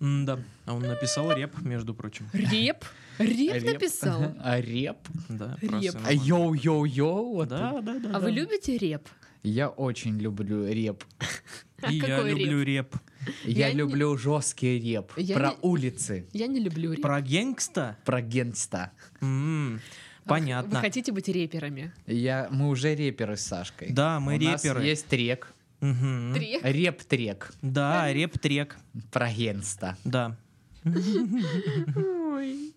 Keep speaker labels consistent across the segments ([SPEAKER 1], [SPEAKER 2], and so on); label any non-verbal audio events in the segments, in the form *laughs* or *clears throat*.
[SPEAKER 1] Да, а он написал реп, между прочим.
[SPEAKER 2] Реп? Реп
[SPEAKER 3] Реп.
[SPEAKER 2] написал?
[SPEAKER 3] А реп?
[SPEAKER 1] Да,
[SPEAKER 2] Реп.
[SPEAKER 1] просто
[SPEAKER 3] А
[SPEAKER 1] нормально.
[SPEAKER 3] йоу-йоу-йоу? вот это.
[SPEAKER 1] Да, да, да.
[SPEAKER 2] А вы
[SPEAKER 1] да.
[SPEAKER 2] любите реп?
[SPEAKER 3] Я очень люблю реп.
[SPEAKER 2] А
[SPEAKER 1] И я
[SPEAKER 2] какой реп?
[SPEAKER 1] люблю реп.
[SPEAKER 3] Я,
[SPEAKER 2] Я не-
[SPEAKER 3] люблю жесткий реп.
[SPEAKER 2] Я
[SPEAKER 3] Про
[SPEAKER 2] не-
[SPEAKER 3] улицы.
[SPEAKER 2] Я не люблю реп. А
[SPEAKER 1] Про генгста?
[SPEAKER 3] Про генста.
[SPEAKER 1] М,
[SPEAKER 2] Вы
[SPEAKER 1] Понятно.
[SPEAKER 2] хотите быть реперами?
[SPEAKER 3] Я... Мы уже реперы с Сашкой.
[SPEAKER 1] Да, мы
[SPEAKER 3] У нас
[SPEAKER 1] реперы.
[SPEAKER 3] есть трек.
[SPEAKER 1] Мгм.
[SPEAKER 2] Три.
[SPEAKER 3] Реп-трек.
[SPEAKER 1] Да, реп-трек.
[SPEAKER 3] Про генста.
[SPEAKER 1] Да.
[SPEAKER 2] Ой.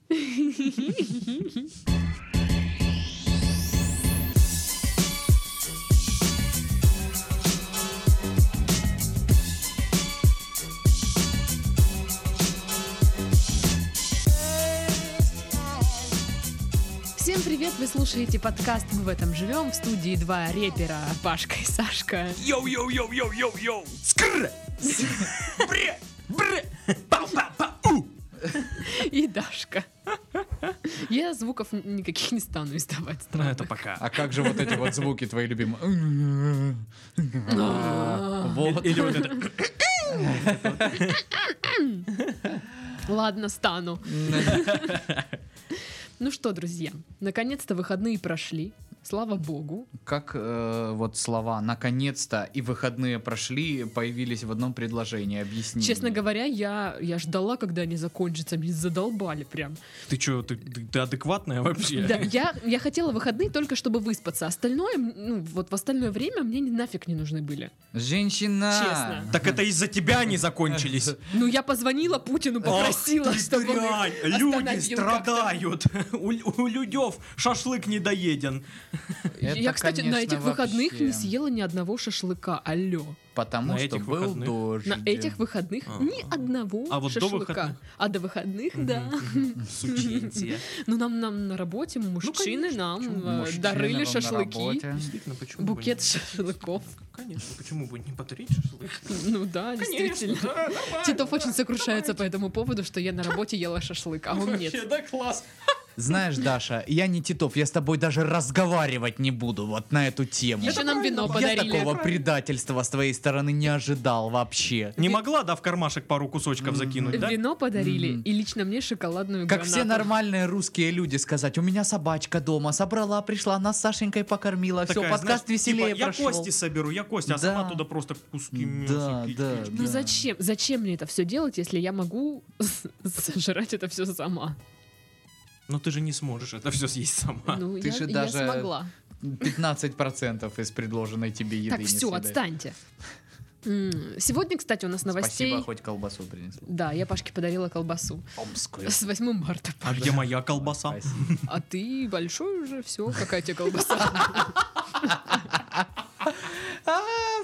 [SPEAKER 2] Всем привет! Вы слушаете подкаст «Мы в этом живем» в студии два репера Пашка и Сашка.
[SPEAKER 1] Йоу-йоу-йоу-йоу-йоу-йоу!
[SPEAKER 3] *laughs*
[SPEAKER 1] Скр! Бре! Бре! Пау-пау-пау!
[SPEAKER 2] И Дашка. Я звуков н- никаких не стану издавать.
[SPEAKER 1] Ну это
[SPEAKER 2] странных.
[SPEAKER 1] пока.
[SPEAKER 3] А как же вот эти вот звуки твои любимые? Вот.
[SPEAKER 1] Или вот это. *laughs*
[SPEAKER 2] Ладно, стану. Ну что, друзья, наконец-то выходные прошли. Слава богу.
[SPEAKER 3] Как э, вот слова «наконец-то» и «выходные прошли» появились в одном предложении? Объясни.
[SPEAKER 2] Честно
[SPEAKER 3] мне.
[SPEAKER 2] говоря, я, я ждала, когда они закончатся. Меня задолбали прям.
[SPEAKER 1] Ты чё, ты- ты ты адекватная вообще?
[SPEAKER 2] Да, я, я хотела выходные только, чтобы выспаться. Остальное, м, ну, вот в остальное время мне ни- нафиг не нужны были.
[SPEAKER 3] Женщина!
[SPEAKER 2] Честно.
[SPEAKER 1] Так это из-за тебя они
[SPEAKER 2] *laughs*
[SPEAKER 1] закончились.
[SPEAKER 2] Ну, я позвонила Путину, попросила,
[SPEAKER 1] Ах ты
[SPEAKER 2] чтобы он
[SPEAKER 1] дрянь,
[SPEAKER 2] их
[SPEAKER 1] Люди
[SPEAKER 2] остановил
[SPEAKER 1] страдают. *laughs* У, у людев шашлык недоеден.
[SPEAKER 3] Это,
[SPEAKER 2] я, кстати, на
[SPEAKER 3] конечно,
[SPEAKER 2] этих выходных не
[SPEAKER 3] вообще.
[SPEAKER 2] съела ни одного шашлыка. Алло.
[SPEAKER 3] Потому
[SPEAKER 1] На
[SPEAKER 3] что
[SPEAKER 1] этих
[SPEAKER 3] был
[SPEAKER 1] выходных.
[SPEAKER 3] дождь.
[SPEAKER 2] На этих э, выходных
[SPEAKER 1] А.
[SPEAKER 2] ни одного
[SPEAKER 1] А вот до
[SPEAKER 2] шашлыка.
[SPEAKER 1] выходных?
[SPEAKER 2] А до выходных, да. *laughs*
[SPEAKER 1] Сучинцы.
[SPEAKER 2] Ну, нам, нам на работе мужчины
[SPEAKER 1] Ну, конечно,
[SPEAKER 2] нам
[SPEAKER 1] почему?
[SPEAKER 2] э,
[SPEAKER 3] Мужчины
[SPEAKER 2] дарили
[SPEAKER 3] вам на
[SPEAKER 2] шашлыки.
[SPEAKER 3] работе.
[SPEAKER 1] Действительно, почему
[SPEAKER 2] Букет
[SPEAKER 1] бы
[SPEAKER 2] шашлыков.
[SPEAKER 1] не- Конечно, почему бы не подарить шашлык?
[SPEAKER 2] Ну да, действительно.
[SPEAKER 1] да, нормально,
[SPEAKER 2] Титов
[SPEAKER 1] да.
[SPEAKER 2] очень сокрушается по этому поводу, что я на работе ела шашлык, а он нет.
[SPEAKER 1] Вообще, да, класс.
[SPEAKER 3] Знаешь, Даша, я не Титов, я с тобой даже разговаривать не буду вот на эту тему.
[SPEAKER 2] Еще нам вино
[SPEAKER 3] Я
[SPEAKER 2] подарили.
[SPEAKER 3] такого предательства с твоей стороны не ожидал вообще.
[SPEAKER 1] Не могла, да, в кармашек пару кусочков закинуть, да?
[SPEAKER 2] Вино подарили,
[SPEAKER 3] Мгм.
[SPEAKER 2] и лично мне шоколадную
[SPEAKER 1] Ну
[SPEAKER 3] Как все
[SPEAKER 2] гранату.
[SPEAKER 3] нормальные русские люди сказать, у меня собачка дома, собрала, пришла, нас с Сашенькой покормила, все,
[SPEAKER 1] Такая,
[SPEAKER 3] подкаст
[SPEAKER 1] знаешь, типа,
[SPEAKER 3] веселее
[SPEAKER 1] Я
[SPEAKER 3] прошел.
[SPEAKER 1] кости соберу, я кости, а сама
[SPEAKER 3] Да.
[SPEAKER 1] туда просто куски
[SPEAKER 3] Да,
[SPEAKER 1] мяса.
[SPEAKER 3] да,
[SPEAKER 1] кишки.
[SPEAKER 2] Ну
[SPEAKER 3] Да.
[SPEAKER 2] зачем? Зачем мне это все делать, если я могу сожрать это все сама?
[SPEAKER 1] Но ты же не сможешь это все съесть сама.
[SPEAKER 2] Ну,
[SPEAKER 3] А, ты
[SPEAKER 2] я,
[SPEAKER 3] же
[SPEAKER 2] я
[SPEAKER 3] даже
[SPEAKER 2] смогла.
[SPEAKER 3] 15% из предложенной тебе еды
[SPEAKER 2] Так,
[SPEAKER 3] не
[SPEAKER 2] все,
[SPEAKER 3] съедаешь.
[SPEAKER 2] отстаньте. М, Сегодня, кстати, у нас новостей.
[SPEAKER 3] Спасибо, хоть колбасу принесла.
[SPEAKER 2] Да, я Пашке подарила колбасу.
[SPEAKER 3] Омскую.
[SPEAKER 2] С 8 марта.
[SPEAKER 1] А где моя колбаса?
[SPEAKER 3] Спасибо.
[SPEAKER 2] А ты большой уже, все, какая тебе колбаса.
[SPEAKER 3] А,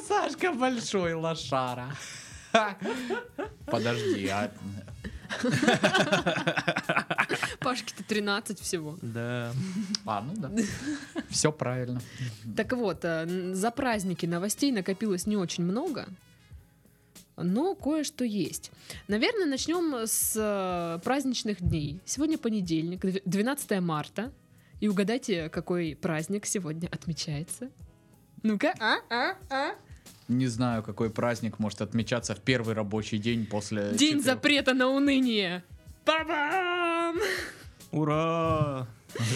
[SPEAKER 3] Сашка большой лошара. *laughs* Ха. Подожди, а...
[SPEAKER 2] Пашке-то 13 всего.
[SPEAKER 1] Да.
[SPEAKER 3] а, ну да. Все правильно.
[SPEAKER 2] Так вот, э, н- за праздники новостей накопилось не очень много, но кое-что есть. Наверное, начнем с э, праздничных дней. Сегодня понедельник, дв- 12 марта. И угадайте, какой праздник сегодня отмечается? Ну-ка, а, а, а?
[SPEAKER 3] Не знаю, какой праздник может отмечаться в первый рабочий день после...
[SPEAKER 2] День
[SPEAKER 3] четырех-
[SPEAKER 2] запрета на уныние. *laughs* Па-бам!
[SPEAKER 1] Ура!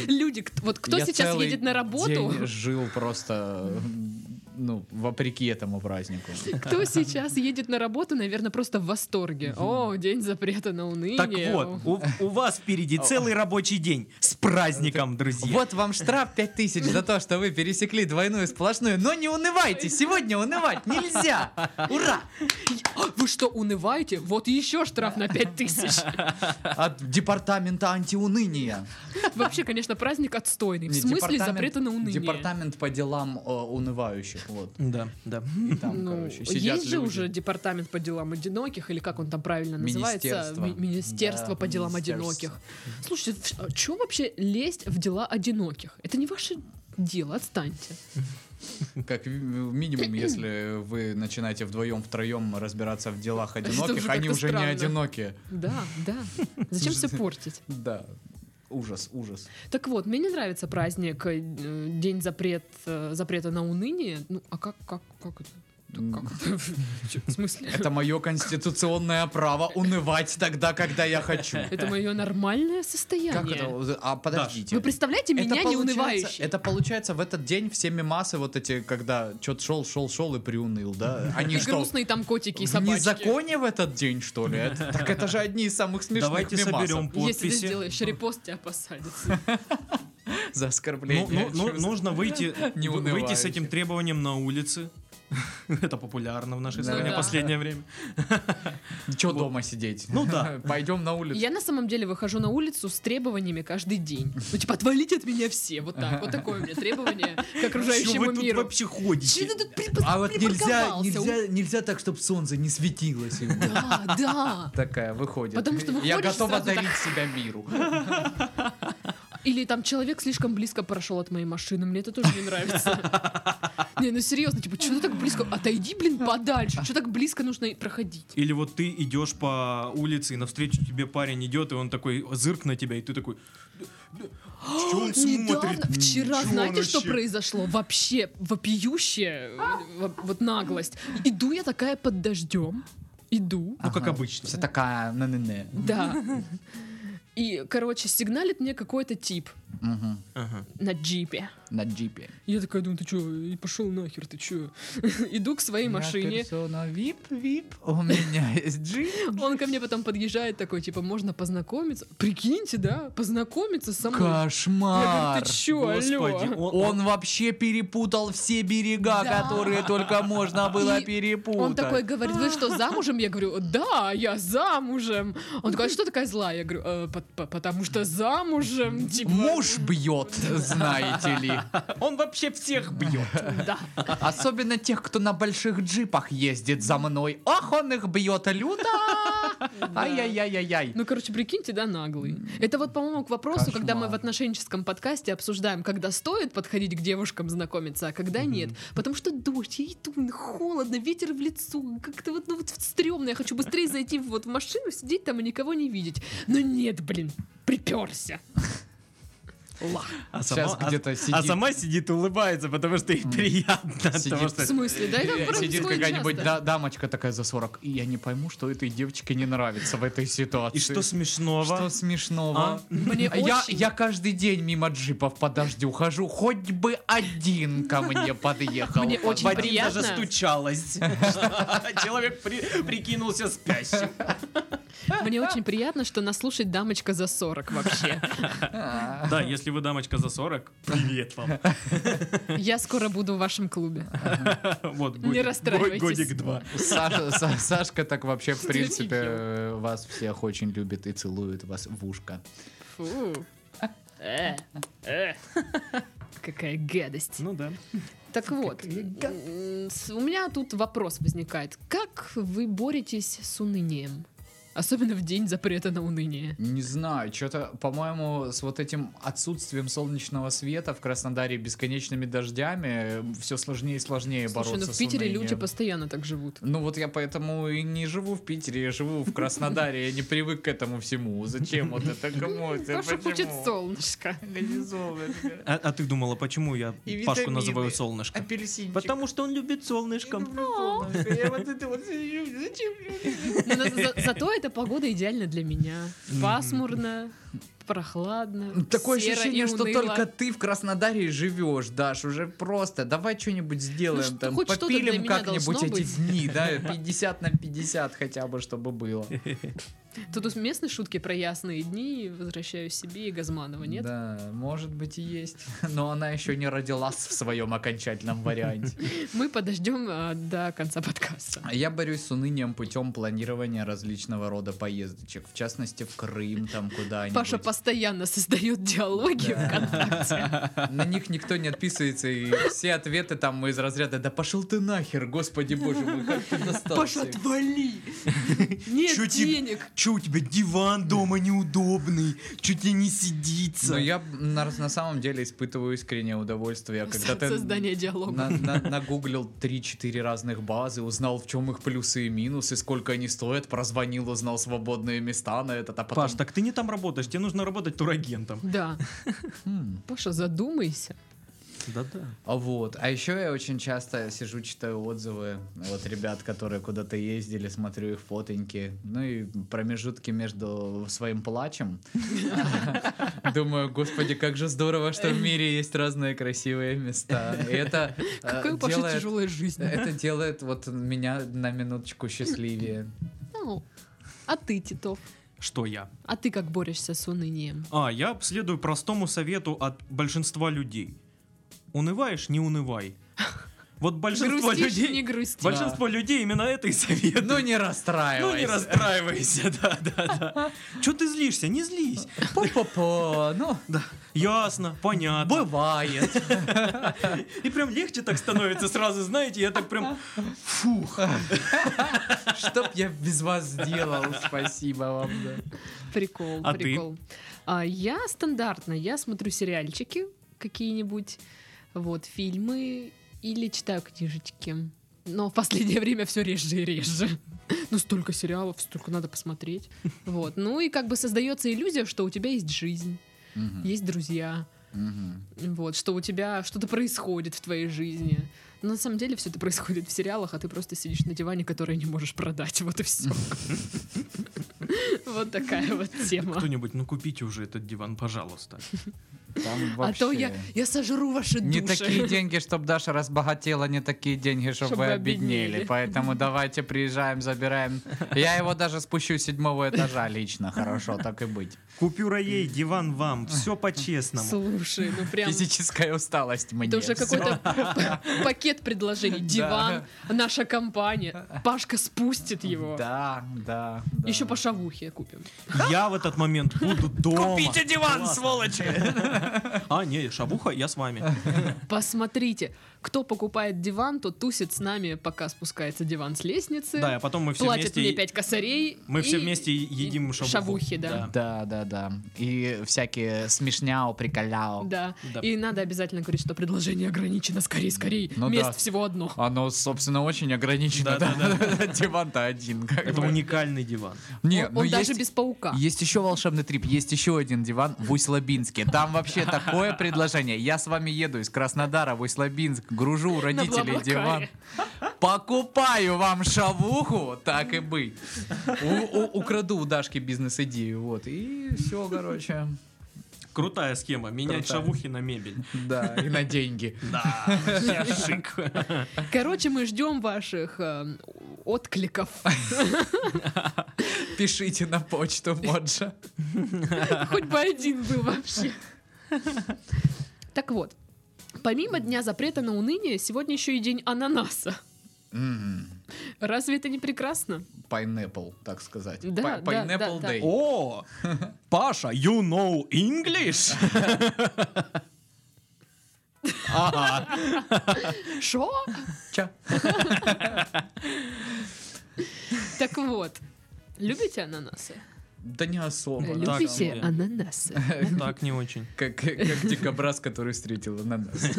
[SPEAKER 2] Люди, кто- вот кто
[SPEAKER 3] Я
[SPEAKER 2] сейчас
[SPEAKER 3] целый
[SPEAKER 2] едет на работу?
[SPEAKER 3] день жил просто, м, ну, вопреки этому празднику.
[SPEAKER 2] Кто сейчас едет на работу, наверное, просто в восторге. О, день запрета на уныние.
[SPEAKER 1] Так вот, у, у вас впереди целый рабочий день. С праздником, друзья!
[SPEAKER 3] Вот вам штраф 5000 за то, что вы пересекли двойную сплошную, но не унывайте, сегодня унывать нельзя. Ура!
[SPEAKER 2] А, Вы что, унываете? Вот еще штраф на
[SPEAKER 3] *laughs*
[SPEAKER 2] 5000.
[SPEAKER 3] От департамента антиуныния.
[SPEAKER 2] Вообще, конечно, праздник отстойный. В
[SPEAKER 3] Не,
[SPEAKER 2] смысле
[SPEAKER 3] департамент-
[SPEAKER 2] запрета на уныние?
[SPEAKER 3] Департамент по делам э, унывающих, вот.
[SPEAKER 1] Да, да.
[SPEAKER 3] И там,
[SPEAKER 2] Ну,
[SPEAKER 3] короче, сидят
[SPEAKER 2] есть же
[SPEAKER 3] люди.
[SPEAKER 2] уже департамент по делам одиноких, или как он там правильно называется?
[SPEAKER 3] Министерство.
[SPEAKER 2] Ми- Министерство
[SPEAKER 3] Да,
[SPEAKER 2] по делам
[SPEAKER 3] министерство.
[SPEAKER 2] одиноких. Слушайте, что вообще лезть в дела одиноких? Это не ваше дело, отстаньте.
[SPEAKER 3] Как ви- минимум, если вы начинаете вдвоем, втроем разбираться в
[SPEAKER 2] *laughs*
[SPEAKER 3] делах одиноких,
[SPEAKER 2] уже
[SPEAKER 3] они
[SPEAKER 2] как-то
[SPEAKER 3] уже не
[SPEAKER 2] странно.
[SPEAKER 3] одинокие.
[SPEAKER 2] Да,
[SPEAKER 3] *laughs*
[SPEAKER 2] да. Зачем все портить?
[SPEAKER 3] Да. Ужас, ужас.
[SPEAKER 2] Так вот, мне не нравится праздник э, День запрет, э, запрета на уныние. Ну, а как, как, как это? *laughs* Как-то, в смысле?
[SPEAKER 3] Это мое конституционное право унывать тогда, когда я хочу.
[SPEAKER 2] Это
[SPEAKER 3] *laughs*
[SPEAKER 2] мое нормальное
[SPEAKER 3] Как
[SPEAKER 2] состояние.
[SPEAKER 3] это? А подождите.
[SPEAKER 2] Вы представляете
[SPEAKER 3] Это
[SPEAKER 2] меня не
[SPEAKER 3] получается-
[SPEAKER 2] унывающей?
[SPEAKER 3] Это получается в этот день все мемасы вот эти, когда что-то шел, шел, шел и приуныл,
[SPEAKER 2] *laughs*
[SPEAKER 3] да? Они
[SPEAKER 2] И
[SPEAKER 3] что,
[SPEAKER 2] грустные там котики и
[SPEAKER 3] в
[SPEAKER 2] собачки.
[SPEAKER 3] незаконе в этот день, что
[SPEAKER 2] *laughs*
[SPEAKER 3] ли? Это- Так это же одни из самых смешных
[SPEAKER 1] Давайте
[SPEAKER 3] мемасов.
[SPEAKER 1] соберем
[SPEAKER 2] Если ты
[SPEAKER 1] подписи.
[SPEAKER 2] сделаешь репост, тебя посадят.
[SPEAKER 3] *laughs* За
[SPEAKER 1] Ну,
[SPEAKER 3] оскорбление.
[SPEAKER 1] ну, ну,
[SPEAKER 3] чувств. *laughs*
[SPEAKER 1] нужно выйти,
[SPEAKER 3] Не
[SPEAKER 1] вы- выйти с
[SPEAKER 3] унывающий.
[SPEAKER 1] этим требованием на улицы. *laughs* Это популярно в нашей
[SPEAKER 3] Да.
[SPEAKER 1] стране
[SPEAKER 2] Да.
[SPEAKER 1] последнее время.
[SPEAKER 3] Чё дома сидеть?
[SPEAKER 1] Ну
[SPEAKER 3] *laughs*
[SPEAKER 1] да.
[SPEAKER 3] Пойдем на улицу.
[SPEAKER 2] Я на самом деле выхожу на улицу с требованиями каждый день. Ну, типа, отвалите от меня все. Вот так. Вот такое у меня требование к
[SPEAKER 1] Чё
[SPEAKER 2] окружающему
[SPEAKER 1] вы тут
[SPEAKER 2] миру.
[SPEAKER 1] вообще
[SPEAKER 2] Че
[SPEAKER 1] ходите?
[SPEAKER 2] ты тут припас-
[SPEAKER 3] А вот нельзя,
[SPEAKER 2] припарковался?
[SPEAKER 3] нельзя, нельзя так, чтобы солнце
[SPEAKER 2] *laughs*
[SPEAKER 3] не светилось. ему.
[SPEAKER 2] Да, да.
[SPEAKER 3] Такая выходит.
[SPEAKER 2] Потому что
[SPEAKER 3] Я
[SPEAKER 2] выходишь
[SPEAKER 3] готова
[SPEAKER 2] сразу так.
[SPEAKER 3] дарить себя миру.
[SPEAKER 2] Или там человек слишком близко прошел от моей машины, мне это тоже не нравится. Не, ну серьезно, типа, что ты так близко? Отойди, блин, подальше. Что так близко нужно и проходить?
[SPEAKER 1] Или вот ты идешь по улице, и навстречу тебе парень идет, и он такой зырк на тебя, и ты такой... Чё он смотрит?
[SPEAKER 2] Недавно, вчера,
[SPEAKER 1] Чё он
[SPEAKER 2] знаете, что
[SPEAKER 1] вообще?
[SPEAKER 2] произошло? Вообще вопиющая э, во- вот наглость. Иду я такая под дождем, иду,
[SPEAKER 1] Ну, как
[SPEAKER 3] Ага.
[SPEAKER 1] обычно.
[SPEAKER 3] Вся такая, на-на-не.
[SPEAKER 2] да. И, короче, сигналит мне какой-то тип
[SPEAKER 3] Мгм.
[SPEAKER 1] Ага.
[SPEAKER 2] на джипе.
[SPEAKER 3] На джипе.
[SPEAKER 2] Я такая думаю, ты что, и пошел нахер, ты что? *laughs* Иду к своей машине,
[SPEAKER 3] вип, вип, *laughs* у меня есть джип.
[SPEAKER 2] Он ко мне потом подъезжает такой, типа, можно познакомиться? Прикиньте, да? Познакомиться со мной. Я говорю,
[SPEAKER 3] Кошмар.
[SPEAKER 2] ты чё,
[SPEAKER 1] Господи,
[SPEAKER 2] алло?
[SPEAKER 1] он,
[SPEAKER 3] Он вообще перепутал все берега,
[SPEAKER 2] Да.
[SPEAKER 3] которые только можно было
[SPEAKER 2] И
[SPEAKER 3] перепутать.
[SPEAKER 2] Он такой говорит, вы что, замужем? Я говорю, да, я замужем. Он такой, а что такая злая? Я говорю, «Э, по- по- потому что замужем, типа.
[SPEAKER 3] Муж бьет, знаете ли.
[SPEAKER 1] он вообще всех бьет.
[SPEAKER 2] Да.
[SPEAKER 3] Особенно тех, кто на больших джипах ездит за мной. Ох, он их бьет люто! Ай-яй-яй-яй-яй.
[SPEAKER 2] Ну, короче, прикиньте, да, наглый. Это вот, по-моему, к вопросу, когда мы
[SPEAKER 3] Кошмар.
[SPEAKER 2] в отношенческом подкасте обсуждаем, когда стоит подходить к девушкам знакомиться, а когда нет. Потому что дождь, я иду, ну, холодно, ветер в лицо, как-то вот, ну, вот стрёмно. Я хочу быстрее зайти вот в машину, сидеть там и никого не видеть. Но нет, блин, приперся. Ла.
[SPEAKER 1] А
[SPEAKER 3] Сейчас
[SPEAKER 1] сама- а-
[SPEAKER 3] где-то
[SPEAKER 1] А
[SPEAKER 3] сидит.
[SPEAKER 1] сама сидит и улыбается, потому что ей приятно. от
[SPEAKER 3] Сидит.
[SPEAKER 1] того,
[SPEAKER 2] В
[SPEAKER 1] что-
[SPEAKER 2] смысле, да, Ну, это
[SPEAKER 3] э, Сидит
[SPEAKER 2] происходит
[SPEAKER 3] какая-нибудь
[SPEAKER 2] часто.
[SPEAKER 3] да- дамочка такая за 40. И я не пойму, что этой девочке не нравится в этой ситуации.
[SPEAKER 1] И что
[SPEAKER 3] Что
[SPEAKER 1] смешного?
[SPEAKER 3] смешного?
[SPEAKER 1] А?
[SPEAKER 2] Мне
[SPEAKER 3] Я,
[SPEAKER 2] очень-
[SPEAKER 3] я каждый день мимо джипов по дождю хожу, хоть бы один ко мне подъехал.
[SPEAKER 2] Мне очень
[SPEAKER 1] Вадим
[SPEAKER 2] приятно.
[SPEAKER 1] даже *laughs* стучалась. Человек при- прикинулся спящим.
[SPEAKER 2] Мне очень приятно, что нас слушает дамочка за 40 вообще.
[SPEAKER 1] Да, если вы дамочка за 40, привет вам.
[SPEAKER 2] Я скоро буду в вашем клубе.
[SPEAKER 1] *laughs* Вот
[SPEAKER 2] Не расстраивайтесь.
[SPEAKER 1] годик-два.
[SPEAKER 3] Саша- Са- Сашка так вообще, в принципе, э, вас всех очень любит и целует вас в ушко.
[SPEAKER 2] Фу. Э, э. Какая гадость.
[SPEAKER 1] Ну да.
[SPEAKER 2] Так вот, м, с- у меня тут вопрос возникает. Как вы боретесь с унынием? Особенно в день запрета на уныние.
[SPEAKER 3] Не знаю, что-то, по-моему, с вот этим отсутствием солнечного света в Краснодаре бесконечными дождями все сложнее и сложнее
[SPEAKER 2] Слушай, ну
[SPEAKER 3] бороться
[SPEAKER 2] в
[SPEAKER 3] с
[SPEAKER 2] Питере
[SPEAKER 3] унынием.
[SPEAKER 2] люди постоянно так живут.
[SPEAKER 3] Ну вот я поэтому и не живу в Питере, я живу в Краснодаре, я не привык к этому всему. Зачем вот это кому
[SPEAKER 2] Кто
[SPEAKER 3] это?
[SPEAKER 2] же хочет
[SPEAKER 3] почему?
[SPEAKER 2] солнышко?
[SPEAKER 3] Организовывать.
[SPEAKER 1] А, а ты думала, почему я
[SPEAKER 3] И
[SPEAKER 1] Пашку
[SPEAKER 3] витамины. А
[SPEAKER 1] называю солнышком?
[SPEAKER 3] Апельсинчик.
[SPEAKER 1] Потому что он любит солнышком.
[SPEAKER 3] Я вот это вот сижу, зачем люди?
[SPEAKER 2] Но Ну, на- за- Зато эта погода идеальна для меня. Пасмурно, прохладно,
[SPEAKER 3] Ну, Такое
[SPEAKER 2] серо и
[SPEAKER 3] ощущение, что
[SPEAKER 2] уныло.
[SPEAKER 3] только ты в Краснодаре и живешь, Даш, уже просто. Давай что-нибудь
[SPEAKER 2] Ну,
[SPEAKER 3] сделаем,
[SPEAKER 2] что-
[SPEAKER 3] там,
[SPEAKER 2] хоть что-то для
[SPEAKER 3] попилим
[SPEAKER 2] меня
[SPEAKER 3] как-нибудь
[SPEAKER 2] должно
[SPEAKER 3] эти
[SPEAKER 2] быть.
[SPEAKER 3] дни, да, 50 на 50 хотя бы, чтобы было.
[SPEAKER 2] Тут уж местные шутки про ясные дни, возвращаюсь себе и Газманова, *laughs* нет?
[SPEAKER 3] Да, может быть и есть, *laughs* но она еще не родилась в своем окончательном варианте.
[SPEAKER 2] Мы подождем а, до конца подкаста.
[SPEAKER 3] А Я борюсь с унынием путем планирования различного рода поездочек, в частности в Крым, там куда-нибудь.
[SPEAKER 2] Паша постоянно создает диалоги
[SPEAKER 3] Да.
[SPEAKER 2] ВКонтакте.
[SPEAKER 3] На них никто не отписывается, и все ответы там из разряда «Да пошел ты нахер, господи боже мой, как ты достал
[SPEAKER 2] Паша,
[SPEAKER 3] всех». *laughs*
[SPEAKER 2] отвали! Нет
[SPEAKER 1] Чё тебе-
[SPEAKER 2] денег!
[SPEAKER 1] Че у тебя диван дома неудобный? Чуть тебе не сидится?
[SPEAKER 3] Но я на, на самом деле испытываю искреннее удовольствие, когда
[SPEAKER 2] Со-
[SPEAKER 3] ты
[SPEAKER 2] Создание диалога.
[SPEAKER 3] на- на- нагуглил 3-4 разных базы, узнал, в чем их плюсы и минусы, сколько они стоят, прозвонил, узнал свободные места на этот, а потом...
[SPEAKER 1] Паш, так ты не там работаешь, тебе нужно работать турагентом.
[SPEAKER 2] Да.
[SPEAKER 3] «Хм,
[SPEAKER 2] Паша, задумайся.
[SPEAKER 1] Да-да.
[SPEAKER 3] А Вот. А еще я очень часто сижу, читаю отзывы вот ребят, которые куда-то ездили, смотрю их фотоньки. Ну и промежутки между своим плачем. Думаю, господи, как же здорово, что в мире есть разные красивые места. И это э,
[SPEAKER 4] Какая у Паши
[SPEAKER 3] делает- Э.
[SPEAKER 4] тяжелая жизнь.
[SPEAKER 3] это делает вот меня на минуточку счастливее.
[SPEAKER 2] Ну, А ты, Титов?
[SPEAKER 1] Что я?
[SPEAKER 2] А ты как борешься с унынием?
[SPEAKER 1] А, я следую простому совету от большинства людей. Унываешь, не унывай. Вот большинство
[SPEAKER 2] Грустишь, не
[SPEAKER 1] людей...
[SPEAKER 2] грусти.
[SPEAKER 1] Большинство людей именно это и советует.
[SPEAKER 3] Ну не расстраивайся.
[SPEAKER 1] Ну не расстраивайся, да, *laughs* да, да. Че ты злишься? Не злись.
[SPEAKER 3] По-по-по, ну,
[SPEAKER 1] Ясно, понятно.
[SPEAKER 3] бывает.
[SPEAKER 1] И прям легче так становится сразу, знаете, я так прям, фух.
[SPEAKER 3] *laughs* Чтоб я без вас сделал, спасибо вам. да.
[SPEAKER 2] Прикол,
[SPEAKER 1] А ты?
[SPEAKER 2] прикол. А я стандартно, я смотрю сериальчики какие-нибудь, вот, фильмы или читаю книжечки. Но в последнее время все реже и реже. Ну, столько сериалов, столько надо посмотреть. Вот. Ну и как бы создается иллюзия, что у тебя есть жизнь,
[SPEAKER 3] Мгм,
[SPEAKER 2] есть друзья,
[SPEAKER 3] мгм.
[SPEAKER 2] вот, что у тебя что-то происходит в твоей жизни. Но на самом деле все это происходит в сериалах, а ты просто сидишь на диване, который не можешь продать. Вот и все. *laughs* Вот такая вот тема.
[SPEAKER 1] Кто-нибудь, ну купите уже этот диван, пожалуйста.
[SPEAKER 3] Там
[SPEAKER 2] А то я,
[SPEAKER 3] вообще
[SPEAKER 2] я сожру ваши
[SPEAKER 3] Не
[SPEAKER 2] души. *laughs*
[SPEAKER 3] такие деньги, чтобы Даша разбогатела, не такие деньги, чтобы
[SPEAKER 2] Чтоб вы
[SPEAKER 3] вы обеднели.
[SPEAKER 2] обеднели. *laughs*
[SPEAKER 3] Поэтому давайте приезжаем, забираем. Я его даже спущу с седьмого этажа лично, хорошо, так и быть.
[SPEAKER 1] Купюра ей, диван вам, все по-честному.
[SPEAKER 2] Слушай, ну прям...
[SPEAKER 3] Физическая усталость мне.
[SPEAKER 2] Это уже
[SPEAKER 3] всё.
[SPEAKER 2] какой-то *laughs*
[SPEAKER 3] *laughs*
[SPEAKER 2] п- пакет предложений. Диван, наша компания. Пашка спустит его.
[SPEAKER 3] Да, да. да.
[SPEAKER 2] Еще по шавухе купим.
[SPEAKER 1] Я в этот момент буду дома.
[SPEAKER 3] диван,
[SPEAKER 1] Классно.
[SPEAKER 3] сволочи!
[SPEAKER 1] А, не, шабуха, я с вами.
[SPEAKER 2] Посмотрите, кто покупает диван, тот тусит с нами, пока спускается диван с лестницы.
[SPEAKER 1] Да, а потом мы все
[SPEAKER 2] Платит мне
[SPEAKER 1] вместе...
[SPEAKER 2] 5 косарей.
[SPEAKER 1] Мы все
[SPEAKER 2] и-
[SPEAKER 1] вместе едим
[SPEAKER 2] и-
[SPEAKER 1] шавуху.
[SPEAKER 2] Шавухи, да.
[SPEAKER 3] Да, да, да. И всякие смешняо, приколяо.
[SPEAKER 2] Да.
[SPEAKER 1] Да.
[SPEAKER 2] И надо обязательно говорить, что предложение ограничено. Скорей, скорей.
[SPEAKER 3] Ну
[SPEAKER 2] Мест
[SPEAKER 3] да.
[SPEAKER 2] всего одно.
[SPEAKER 3] Оно, собственно, очень ограничено.
[SPEAKER 1] Да, да,
[SPEAKER 3] *laughs* Диван-то один. как
[SPEAKER 1] Это
[SPEAKER 3] бы.
[SPEAKER 1] уникальный диван.
[SPEAKER 3] Не,
[SPEAKER 2] он
[SPEAKER 3] ну
[SPEAKER 2] он даже
[SPEAKER 3] есть-
[SPEAKER 2] без паука.
[SPEAKER 3] Есть еще волшебный трип, есть еще один диван в Усть-Лабинске. Там
[SPEAKER 2] *laughs*
[SPEAKER 3] вообще такое предложение. Я с вами еду из Краснодара в Усть-Лабинск, гружу у родителей
[SPEAKER 2] «Блаблакаре».
[SPEAKER 3] диван. Покупаю вам шавуху, так и быть. У- у- украду у Дашки бизнес-идею, вот. И все, короче.
[SPEAKER 1] Крутая схема, менять
[SPEAKER 3] Крутая.
[SPEAKER 1] шавухи на мебель.
[SPEAKER 3] Да, и на деньги.
[SPEAKER 1] Да, вообще шик.
[SPEAKER 2] Короче, мы ждем ваших э, откликов. *laughs*
[SPEAKER 3] Пишите на почту Моджа.
[SPEAKER 2] Хоть бы один был вообще. Так вот, помимо дня запрета на уныние, сегодня еще и день ананаса.
[SPEAKER 3] М,
[SPEAKER 2] Разве это не прекрасно?
[SPEAKER 3] Pineapple, так сказать.
[SPEAKER 2] Да,
[SPEAKER 3] Пай-
[SPEAKER 2] да, да,
[SPEAKER 3] Pineapple
[SPEAKER 2] да.
[SPEAKER 3] Day.
[SPEAKER 1] О, Паша, you know English?
[SPEAKER 3] Ага.
[SPEAKER 2] Шо?
[SPEAKER 3] Ча.
[SPEAKER 2] Так вот, любите ананасы?
[SPEAKER 3] Да не особо.
[SPEAKER 1] Э,
[SPEAKER 3] на
[SPEAKER 1] так
[SPEAKER 2] Любите
[SPEAKER 1] себе.
[SPEAKER 2] ананасы?
[SPEAKER 1] Так, не *laughs* очень.
[SPEAKER 3] Как, как- как дикобраз, который встретил ананас.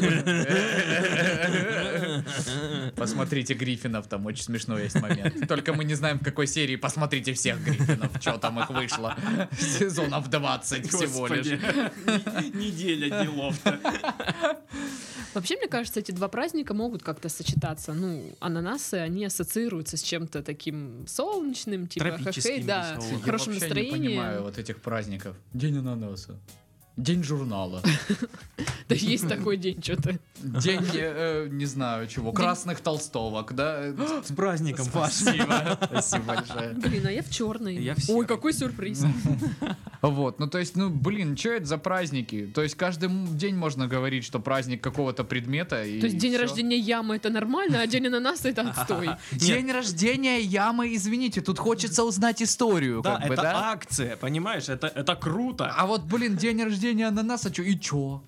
[SPEAKER 3] Посмотрите Гриффинов, там очень смешной есть момент. Только мы не знаем, в какой серии. Посмотрите всех Гриффинов, что там их вышло. Сезонов 20 всего лишь.
[SPEAKER 1] Неделя делов.
[SPEAKER 2] Вообще, мне кажется, эти два праздника могут как-то сочетаться. Ну, ананасы, они ассоциируются с чем-то таким солнечным, типа
[SPEAKER 1] Тропическим,
[SPEAKER 2] хэ-хэй, да,
[SPEAKER 1] веселым.
[SPEAKER 3] Я
[SPEAKER 2] хорошим
[SPEAKER 3] вообще не понимаю
[SPEAKER 2] настроением.
[SPEAKER 3] вот этих праздников. День ананаса. День журнала.
[SPEAKER 2] Да есть такой день что-то.
[SPEAKER 3] День, э, э, не знаю чего, красных толстовок, да?
[SPEAKER 1] С праздником, Паша.
[SPEAKER 3] Спасибо. Спасибо большое.
[SPEAKER 2] Блин, а я в черный.
[SPEAKER 1] Я в серый.
[SPEAKER 2] Ой, какой сюрприз.
[SPEAKER 3] Ну, Вот, ну то есть, ну блин, что это за праздники? То есть каждый м- день можно говорить, что праздник какого-то предмета. и
[SPEAKER 2] То есть день
[SPEAKER 3] всё.
[SPEAKER 2] рождения ямы это нормально, а день ананаса
[SPEAKER 3] *laughs*
[SPEAKER 2] это отстой.
[SPEAKER 3] День рождения ямы, извините, тут хочется узнать историю,
[SPEAKER 1] Да,
[SPEAKER 3] как бы,
[SPEAKER 1] это
[SPEAKER 3] да?
[SPEAKER 1] акция, понимаешь? Это, это круто.
[SPEAKER 3] А вот, блин, день рождения ананаса, чё, и чё?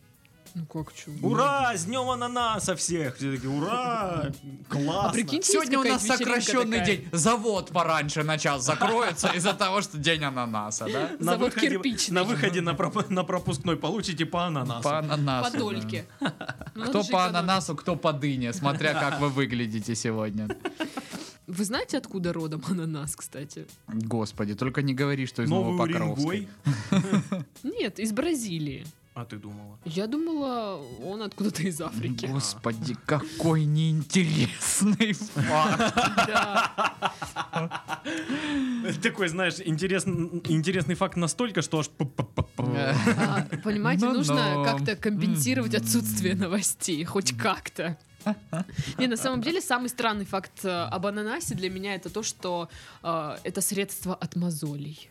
[SPEAKER 2] Ну как чё?
[SPEAKER 1] Ура, с днем ананаса всех. Все такие, ура, классно.
[SPEAKER 2] А прикинь, есть
[SPEAKER 3] Сегодня у нас
[SPEAKER 2] какая-то вечеринка
[SPEAKER 3] сокращенный
[SPEAKER 2] такая.
[SPEAKER 3] день. Завод пораньше на час закроется из-за того, что день ананаса, да?
[SPEAKER 2] завод кирпичный.
[SPEAKER 1] На выходе на, проп- на пропускной получите по ананасу.
[SPEAKER 3] По ананасу.
[SPEAKER 2] По
[SPEAKER 3] да.
[SPEAKER 2] дольке. Ну, надо
[SPEAKER 3] Кто
[SPEAKER 2] же
[SPEAKER 3] по
[SPEAKER 2] экономить.
[SPEAKER 3] ананасу, кто по дыне, смотря как вы выглядите сегодня.
[SPEAKER 2] Вы знаете, откуда родом ананас, кстати?
[SPEAKER 3] Господи, только не говори, что из
[SPEAKER 1] Новый
[SPEAKER 3] Новопокровска.
[SPEAKER 1] Уренгой.
[SPEAKER 2] Нет, из Бразилии.
[SPEAKER 1] А ты думала? *laughs*
[SPEAKER 2] Я думала, он откуда-то из Африки.
[SPEAKER 3] Господи, какой неинтересный факт.
[SPEAKER 2] Да.
[SPEAKER 1] Такой, знаешь, интересн- интересный факт настолько, что аж... п-п-п-п.
[SPEAKER 2] А, Понимаете,
[SPEAKER 3] Ну-ну.
[SPEAKER 2] нужно как-то компенсировать отсутствие новостей, хоть
[SPEAKER 3] *laughs*
[SPEAKER 2] как-то. Не, на самом деле самый странный факт э, об ананасе для меня это то, что э, это средство от мозолей.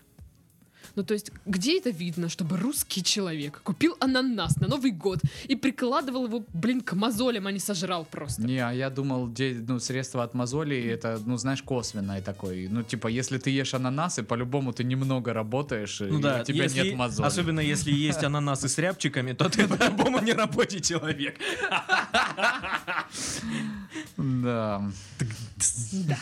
[SPEAKER 2] Ну, то есть, где это видно, чтобы русский человек купил ананас на Новый год и прикладывал его, блин, к мозолям, а не сожрал просто?
[SPEAKER 3] Не, а я думал, де- ну, средство от мозолей, это, ну, знаешь, косвенное такое. Ну, типа, если ты ешь ананасы, по-любому ты немного работаешь, и
[SPEAKER 1] Ну да,
[SPEAKER 3] у тебя
[SPEAKER 1] если-
[SPEAKER 3] нет мозолей.
[SPEAKER 1] особенно если есть ананасы с рябчиками, то ты *laughs* по-любому не рабочий человек.
[SPEAKER 3] Да.
[SPEAKER 2] Да.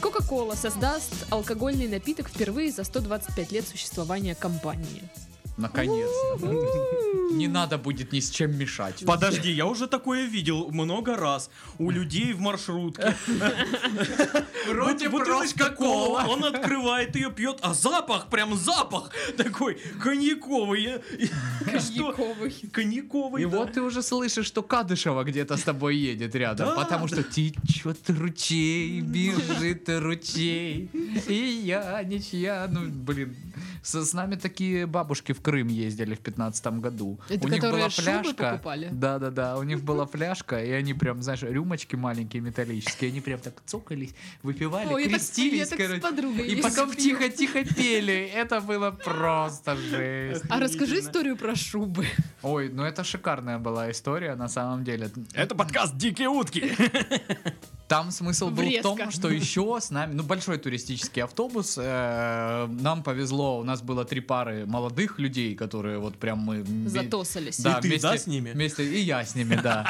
[SPEAKER 2] Кока-кола создаст алкогольный напиток впервые за 125 лет существования компании.
[SPEAKER 3] Наконец-то. да. Не надо будет ни с чем мешать.
[SPEAKER 1] Подожди, я уже такое видел много раз у людей в маршрутке.
[SPEAKER 3] Вроде
[SPEAKER 1] Вот бутылочка
[SPEAKER 3] просто кола.
[SPEAKER 1] колы, Он открывает ее, пьет, а запах, прям запах такой коньяковый. Я- я- что?
[SPEAKER 2] Коньяковый.
[SPEAKER 1] Коньяковый.
[SPEAKER 3] И
[SPEAKER 1] да.
[SPEAKER 3] вот ты уже слышишь, что Кадышева где-то с тобой едет рядом,
[SPEAKER 1] Да.
[SPEAKER 3] потому что течет ручей, бежит ручей, и я ничья. Ну, блин, с, с нами такие бабушки в Крым ездили в пятнадцатом году.
[SPEAKER 2] Это
[SPEAKER 3] у них
[SPEAKER 2] которые
[SPEAKER 3] была
[SPEAKER 2] шубы
[SPEAKER 3] фляжка.
[SPEAKER 2] покупали?
[SPEAKER 3] Да-да-да, у них была фляжка, и они прям, знаешь, рюмочки маленькие металлические, они прям так цокались, выпивали,
[SPEAKER 2] Ой, я так- я
[SPEAKER 3] крестились,
[SPEAKER 2] так с
[SPEAKER 3] короче.
[SPEAKER 2] подругой
[SPEAKER 3] И потом
[SPEAKER 2] ездила.
[SPEAKER 3] тихо-тихо пели. Это было
[SPEAKER 2] *laughs*
[SPEAKER 3] просто жесть.
[SPEAKER 2] А расскажи
[SPEAKER 1] Охренительно.
[SPEAKER 2] историю про шубы.
[SPEAKER 3] Ой, ну это шикарная была история, на самом деле.
[SPEAKER 1] Это подкаст «Дикие утки».
[SPEAKER 3] Там смысл был
[SPEAKER 2] Врезка.
[SPEAKER 3] в том, что еще с нами, ну большой туристический автобус, э, нам повезло, у нас было три пары молодых людей, которые вот прям мы... вме-
[SPEAKER 2] Затосались.
[SPEAKER 1] И ты, да, с ними?
[SPEAKER 3] Вместе, и я с ними, да.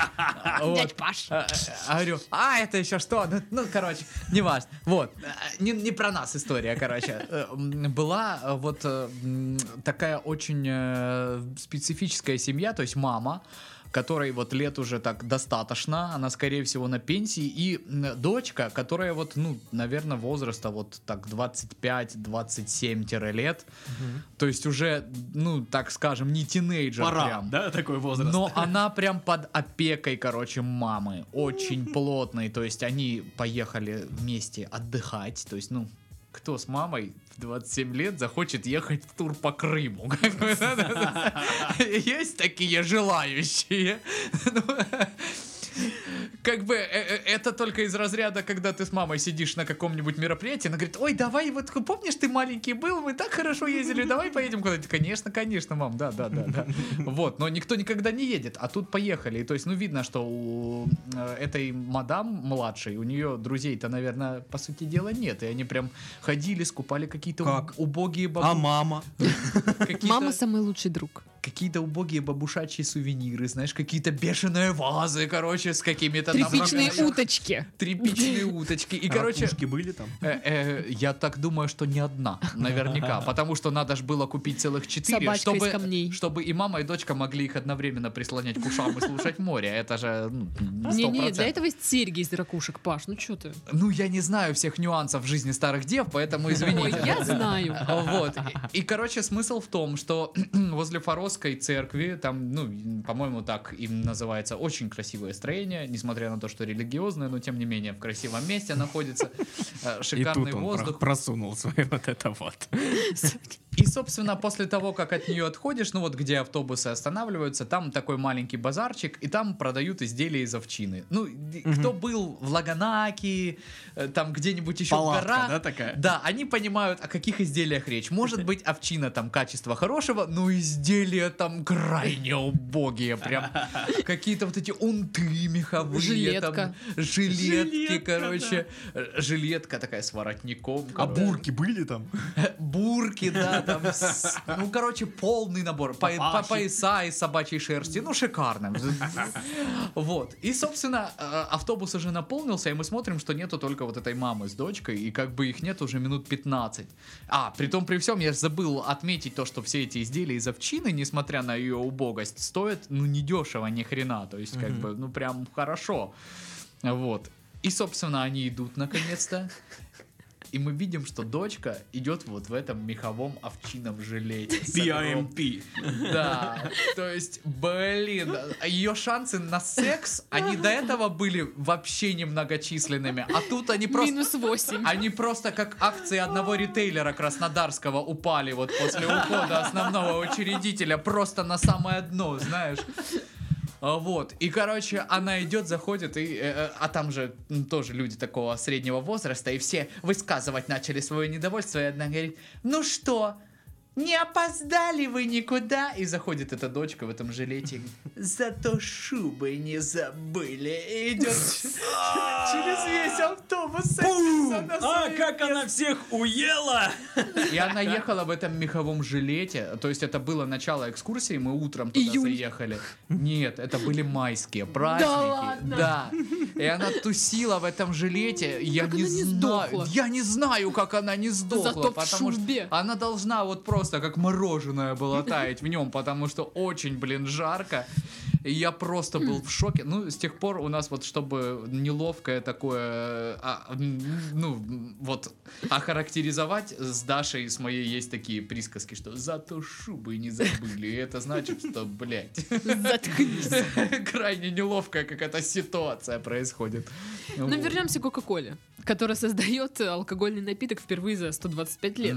[SPEAKER 3] Вот.
[SPEAKER 2] Дядь Паш.
[SPEAKER 3] А, а, говорю, а, это еще что? Ну, ну, короче, не важно. Вот. А, Не, не про нас история, короче. Э, м, Была э, вот э, м, такая очень э, специфическая семья, то есть мама, которой вот лет уже так достаточно, она, скорее всего, на пенсии, и м, дочка, которая вот, ну, наверное, возраста вот так 25-27 лет, то есть уже, ну, так скажем, не тинейджер
[SPEAKER 1] Пора,
[SPEAKER 3] прям.
[SPEAKER 1] да, такой возраст.
[SPEAKER 3] Но она прям под опекой, короче, мамы. Очень плотной. То есть они поехали вместе отдыхать. То есть, ну, кто с мамой в 27 лет захочет ехать в тур по Крыму? *laughs* Как бы, да-да-да. *laughs* Есть такие желающие. *laughs* Ну, Как бы э, э, это только из разряда, когда ты с мамой сидишь на каком-нибудь мероприятии, она говорит, ой, давай, вот помнишь, ты маленький был, мы так хорошо ездили, давай поедем куда-нибудь. Конечно, конечно, мам, да, да, да,
[SPEAKER 1] *laughs*
[SPEAKER 3] да. Вот, но никто никогда не едет, а тут поехали. И то есть, ну, видно, что у э, этой мадам младшей, у нее друзей-то, наверное, по сути дела нет. И они прям ходили, скупали какие-то
[SPEAKER 1] Как?
[SPEAKER 3] убогие
[SPEAKER 1] А
[SPEAKER 3] бабушки.
[SPEAKER 1] мама?
[SPEAKER 2] Мама самый лучий друг.
[SPEAKER 3] какие-то убогие бабушачьи сувениры, знаешь, какие-то бешеные вазы, короче, с какими-то там
[SPEAKER 2] Тряпичные
[SPEAKER 3] ракушками.
[SPEAKER 2] уточки.
[SPEAKER 3] Тряпичные уточки. И, короче,
[SPEAKER 1] А Ракушки были там?
[SPEAKER 3] э, э, я так думаю, что не одна, наверняка, потому что надо же было купить целых четыре,
[SPEAKER 2] Собачка из
[SPEAKER 3] чтобы,
[SPEAKER 2] камней.
[SPEAKER 3] чтобы и мама, и дочка могли их одновременно прислонять к ушам и слушать море. Это же ну,
[SPEAKER 2] Не-не, для
[SPEAKER 3] 100%.
[SPEAKER 2] этого есть серьги из ракушек, Паш, ну что ты?
[SPEAKER 3] Ну, я не знаю всех нюансов жизни старых дев, поэтому
[SPEAKER 2] Ой,
[SPEAKER 3] извините.
[SPEAKER 2] я знаю.
[SPEAKER 3] Вот. И, и, короче, смысл в том, что *clears throat* возле Форосской церкви, там, ну, по-моему, так им называется, очень красивое строение, несмотря на то, что религиозное, но, тем не менее, в красивом месте находится э, шикарный воздух.
[SPEAKER 1] просунул свой вот это вот.
[SPEAKER 3] И, собственно, после того, как от нее отходишь, ну вот где автобусы останавливаются, там такой маленький базарчик, и там продают изделия из овчины. Ну, д- кто был в Лаганаке, э, там где-нибудь еще в горах,
[SPEAKER 1] такая?
[SPEAKER 3] Да, они понимают, о каких изделиях речь. Может быть, овчина там качества хорошего, но изделия там крайне убогие. Прям какие-то вот эти унты меховые.
[SPEAKER 2] Жилетка.
[SPEAKER 3] Там, жилетки,
[SPEAKER 1] Жилетка,
[SPEAKER 3] короче. Э, Жилетка такая с воротником.
[SPEAKER 1] А
[SPEAKER 3] короче.
[SPEAKER 1] бурки были там?
[SPEAKER 3] Бурки, да, там. с- Ну, короче, полный набор. По- по-
[SPEAKER 1] Папахи.
[SPEAKER 3] Пояса из собачьей шерсти. Ну, шикарно. Вот. И, собственно, э, автобус уже наполнился, и мы смотрим, что нету только вот этой мамы с дочкой, и как бы их нет уже минут 15. А, при том, при всем, я ж забыл отметить то, что все эти изделия из овчины, несмотря на ее убогость, стоит, ну, недешево ни хрена, то есть, как
[SPEAKER 1] Мгм.
[SPEAKER 3] бы, ну, прям хорошо. Вот. И, собственно, они идут наконец-то. И мы видим, что дочка идет вот в этом меховом овчином жилете. с огромным-
[SPEAKER 1] PIMP.
[SPEAKER 3] Да, то есть, блин, ее шансы на секс, они до этого были вообще немногочисленными, а тут они просто...
[SPEAKER 2] Минус 8.
[SPEAKER 3] Они просто как акции одного ритейлера краснодарского упали вот после ухода основного учредителя просто на самое дно, знаешь. А, Вот. И, короче, она идет, заходит, и, э, э, а там же м, тоже люди такого среднего возраста, и все высказывать начали свое недовольство, и одна говорит, ну что, не опоздали вы никуда? И заходит эта дочка в этом жилете, и говорит, зато шубы не забыли, и идет через весь автобус. садится на
[SPEAKER 1] А
[SPEAKER 3] свое
[SPEAKER 1] как она всех уела!
[SPEAKER 3] *laughs* и она ехала в этом меховом жилете. То есть это было начало экскурсии, мы утром туда
[SPEAKER 2] Июнь.
[SPEAKER 3] заехали. Нет, это были майские праздники.
[SPEAKER 2] ладно?
[SPEAKER 3] Да. И она тусила в этом жилете. Я
[SPEAKER 2] Как
[SPEAKER 3] не,
[SPEAKER 2] она не
[SPEAKER 3] знаю.
[SPEAKER 2] сдохла?
[SPEAKER 3] Я не знаю, как она не сдохла.
[SPEAKER 2] Зато в
[SPEAKER 3] потому что
[SPEAKER 2] шубе.
[SPEAKER 3] она должна вот просто как мороженое было таять в нем, потому что очень, блин, жарко. И я просто был в шоке. Ну, с тех пор у нас вот, чтобы неловкое такое, а, м, ну, м, вот, охарактеризовать, с Дашей, и с моей есть такие присказки, что зато шубы не забыли. И это значит, что, блядь,
[SPEAKER 2] Заткнись.
[SPEAKER 3] *laughs* крайне неловкая какая-то ситуация происходит.
[SPEAKER 2] Ну,
[SPEAKER 3] Вот.
[SPEAKER 2] вернемся к Кока-Коле, которая создает э, алкогольный напиток впервые за 125 лет.